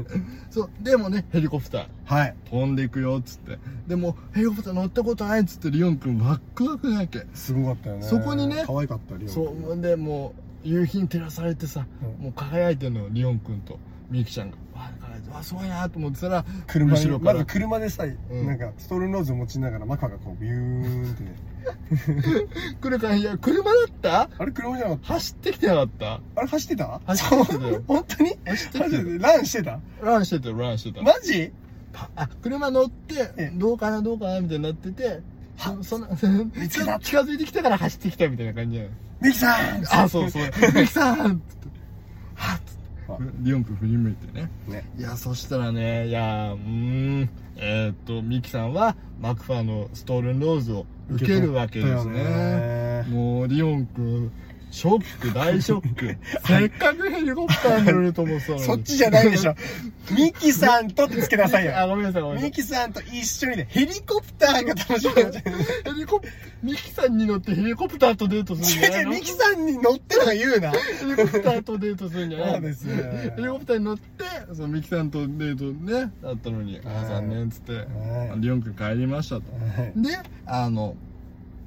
Speaker 1: そう、でもね、ヘリコプター。
Speaker 2: はい
Speaker 1: 飛んでいくよっつってでもヘリコプター乗ったことないっつってリオン君ワックワクなわけ
Speaker 2: すごかったよね
Speaker 1: そこにね
Speaker 2: 可愛かったリオン
Speaker 1: そうほんでもう夕日に照らされてさ、
Speaker 2: うん
Speaker 1: もう輝いてんのよリオン君とミキちゃんがわあ輝いてわあすごいなと思ってたら
Speaker 2: 車
Speaker 1: 後ろ
Speaker 2: に
Speaker 1: か
Speaker 2: ま
Speaker 1: ら
Speaker 2: ず車でさ、
Speaker 1: ん
Speaker 2: なんかストールノーズを持ちながらマカがこうビュ ーンってね
Speaker 1: 来るからいや車だった
Speaker 2: あれ車じゃなかった
Speaker 1: 走ってきてなかった
Speaker 2: あれ走ってた
Speaker 1: 走ってたよ
Speaker 2: 本当に
Speaker 1: 走ってき
Speaker 2: マ
Speaker 1: て
Speaker 2: ジ
Speaker 1: た
Speaker 2: でランしてた
Speaker 1: ランしてたよランしてた、
Speaker 2: マジ
Speaker 1: あ車乗っ
Speaker 2: え
Speaker 1: て
Speaker 2: え
Speaker 1: どうかなどうかなみたいになっててそそんなち
Speaker 2: 見つ
Speaker 1: ょっ
Speaker 2: け
Speaker 1: たと近づいてきたから走ってきたみたいな感じなの
Speaker 2: ミキさん
Speaker 1: あそう そうミキさんっつってはっつ
Speaker 2: あ
Speaker 1: ってリオン君振り向いてね
Speaker 2: ね
Speaker 1: いやそしたらねいやうーんえーっとミキさんはマクファーのストールンローズを受けるわけです
Speaker 2: 受け取ったよ
Speaker 1: ね
Speaker 2: ね
Speaker 1: もうリオン君ショック大ショック せっかくヘリコプターに乗ると思ってたのに
Speaker 2: そっちじゃないでしょミキさんとってつけなさいよ
Speaker 1: あごめんなさいごめんなさい
Speaker 2: ミキさんと一緒にねヘリコプターが楽しみなんじゃない
Speaker 1: ヘリコプ、ミキさんに乗ってヘリコプターとデートするん じゃない
Speaker 2: 違う違う
Speaker 1: の
Speaker 2: ミキさんに乗ってのが言 うな
Speaker 1: ヘリコプターとデートするんじゃない
Speaker 2: そうですね
Speaker 1: ヘリコプターに乗って、そのミキさんとデートね、だったのに、あー残念っつって、リオン君帰りましたと。で、あの、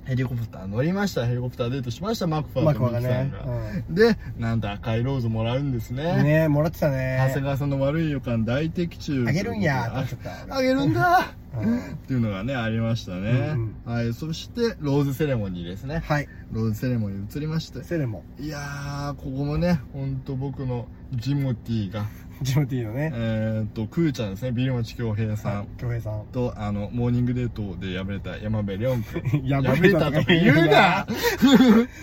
Speaker 1: ヘリコプター乗りました、ヘリコプターデートしました、マクファ
Speaker 2: マ
Speaker 1: ー
Speaker 2: ク
Speaker 1: とミ
Speaker 2: ワ
Speaker 1: キ
Speaker 2: が
Speaker 1: さんが。
Speaker 2: ね
Speaker 1: で、なんと赤いローズもらうんです
Speaker 2: うん
Speaker 1: ね。
Speaker 2: ねえもらってた
Speaker 1: 長谷
Speaker 2: ね
Speaker 1: 川さんの悪い予感大的中。
Speaker 2: あげるんやーって思っちゃった
Speaker 1: あげるんだ
Speaker 2: うん
Speaker 1: っていうのがね、ありましたね。
Speaker 2: うん
Speaker 1: はい、そして、ローズセレモニーですね。
Speaker 2: はい
Speaker 1: ローズセレモニーに移りまして。
Speaker 2: セレモ
Speaker 1: いやー、ここもね、ほんと僕のジモティが、
Speaker 2: ジムティーの
Speaker 1: え
Speaker 2: ね
Speaker 1: ーっと、クーちゃんですね、ビルマチ京平さん。
Speaker 2: 恭平さん
Speaker 1: と、あの、モーニングデートで敗れた山部レオン君。
Speaker 2: 破れたとか言うな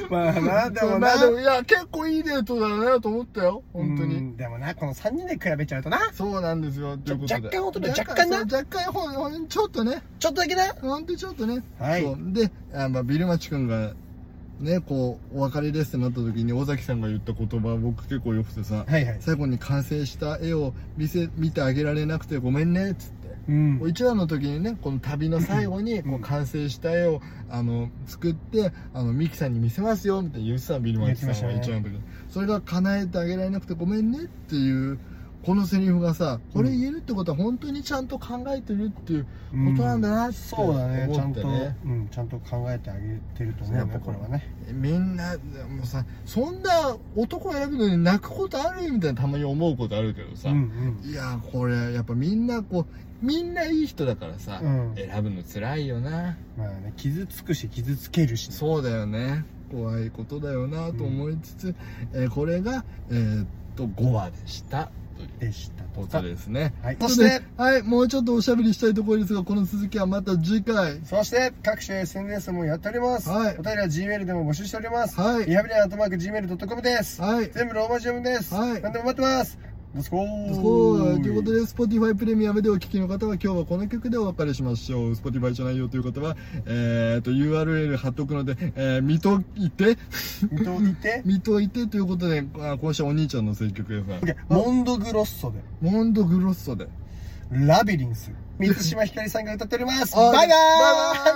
Speaker 2: まあな でもな
Speaker 1: でも、いや、結構いいデートだなと思ったよ、本当
Speaker 2: う
Speaker 1: に。
Speaker 2: んでもなこの3人で比べちゃうとな
Speaker 1: そうなんですよ、ということで。
Speaker 2: 若干音で若干な
Speaker 1: そう若干、ほん、ほん、ちょっとね、
Speaker 2: ちょっとだけな
Speaker 1: ほんとちょっとね。
Speaker 2: はい
Speaker 1: そうで、あまあ、ビルマチ君が、ね、こう、お別れですってなった時に、尾崎さんが言った言葉、僕結構よくてさ、
Speaker 2: はいはい
Speaker 1: 最後に完成した絵を見せ見てあげられなくてごめんねっつって、
Speaker 2: うん
Speaker 1: もう一話の時にねこの旅の最後に
Speaker 2: うん
Speaker 1: こう完成した絵をあの作ってあのミキさんに見せますよみたいな言ってたのビルマンチさんは
Speaker 2: 言ってま
Speaker 1: 一
Speaker 2: したね
Speaker 1: 話の時にそれが叶えてあげられなくてごめんねっていうこのセリフがさこれ言えるってことは本当にちゃんと考えてるっていう
Speaker 2: う
Speaker 1: ことなんだなって
Speaker 2: そうだねちゃ
Speaker 1: 思っ
Speaker 2: んと、
Speaker 1: てね
Speaker 2: うん、ちゃんと考えてあげてると思う
Speaker 1: や
Speaker 2: よ
Speaker 1: っぱ
Speaker 2: ねこれはね
Speaker 1: みんなもうさそんな男選ぶのに泣くことあるみたいなたまに思うことあるけどさ、
Speaker 2: うんうん
Speaker 1: いやーこれやっぱみんなこうみんないい人だからさ、
Speaker 2: うん
Speaker 1: 選ぶの辛いよな
Speaker 2: まあね傷つくし傷つけるし
Speaker 1: そうだよね怖いことだよなと思いつつ、えーこれが、えーっと5話でしたという
Speaker 2: でしたと
Speaker 1: こと
Speaker 2: か
Speaker 1: ですね
Speaker 2: はい
Speaker 1: そして、はい、もうちょっとおしゃべりしたいところですがこの続きはまた次回
Speaker 2: そして各種 SNS もやっております、
Speaker 1: はい
Speaker 2: お便りは Gmail でも募集しております、
Speaker 1: はい
Speaker 2: リハビリアットマーク Gmail.com です、
Speaker 1: はい
Speaker 2: 全部ローマ字読みです、
Speaker 1: はい
Speaker 2: 何でも待ってますどすこー
Speaker 1: そうということで Spotify プレミアムでお聴きの方は今日はこの曲でお別れしましょう Spotify じゃないよという方は、えー、と URL 貼っとくので、えー見といて
Speaker 2: 見といて
Speaker 1: 見といてということであ今週はお兄ちゃんの選曲ですが
Speaker 2: OK モンドグロッソで
Speaker 1: モンドグロッソで
Speaker 2: ラビリンス満島ひかりさんが歌っております
Speaker 1: あ
Speaker 2: バイバーイ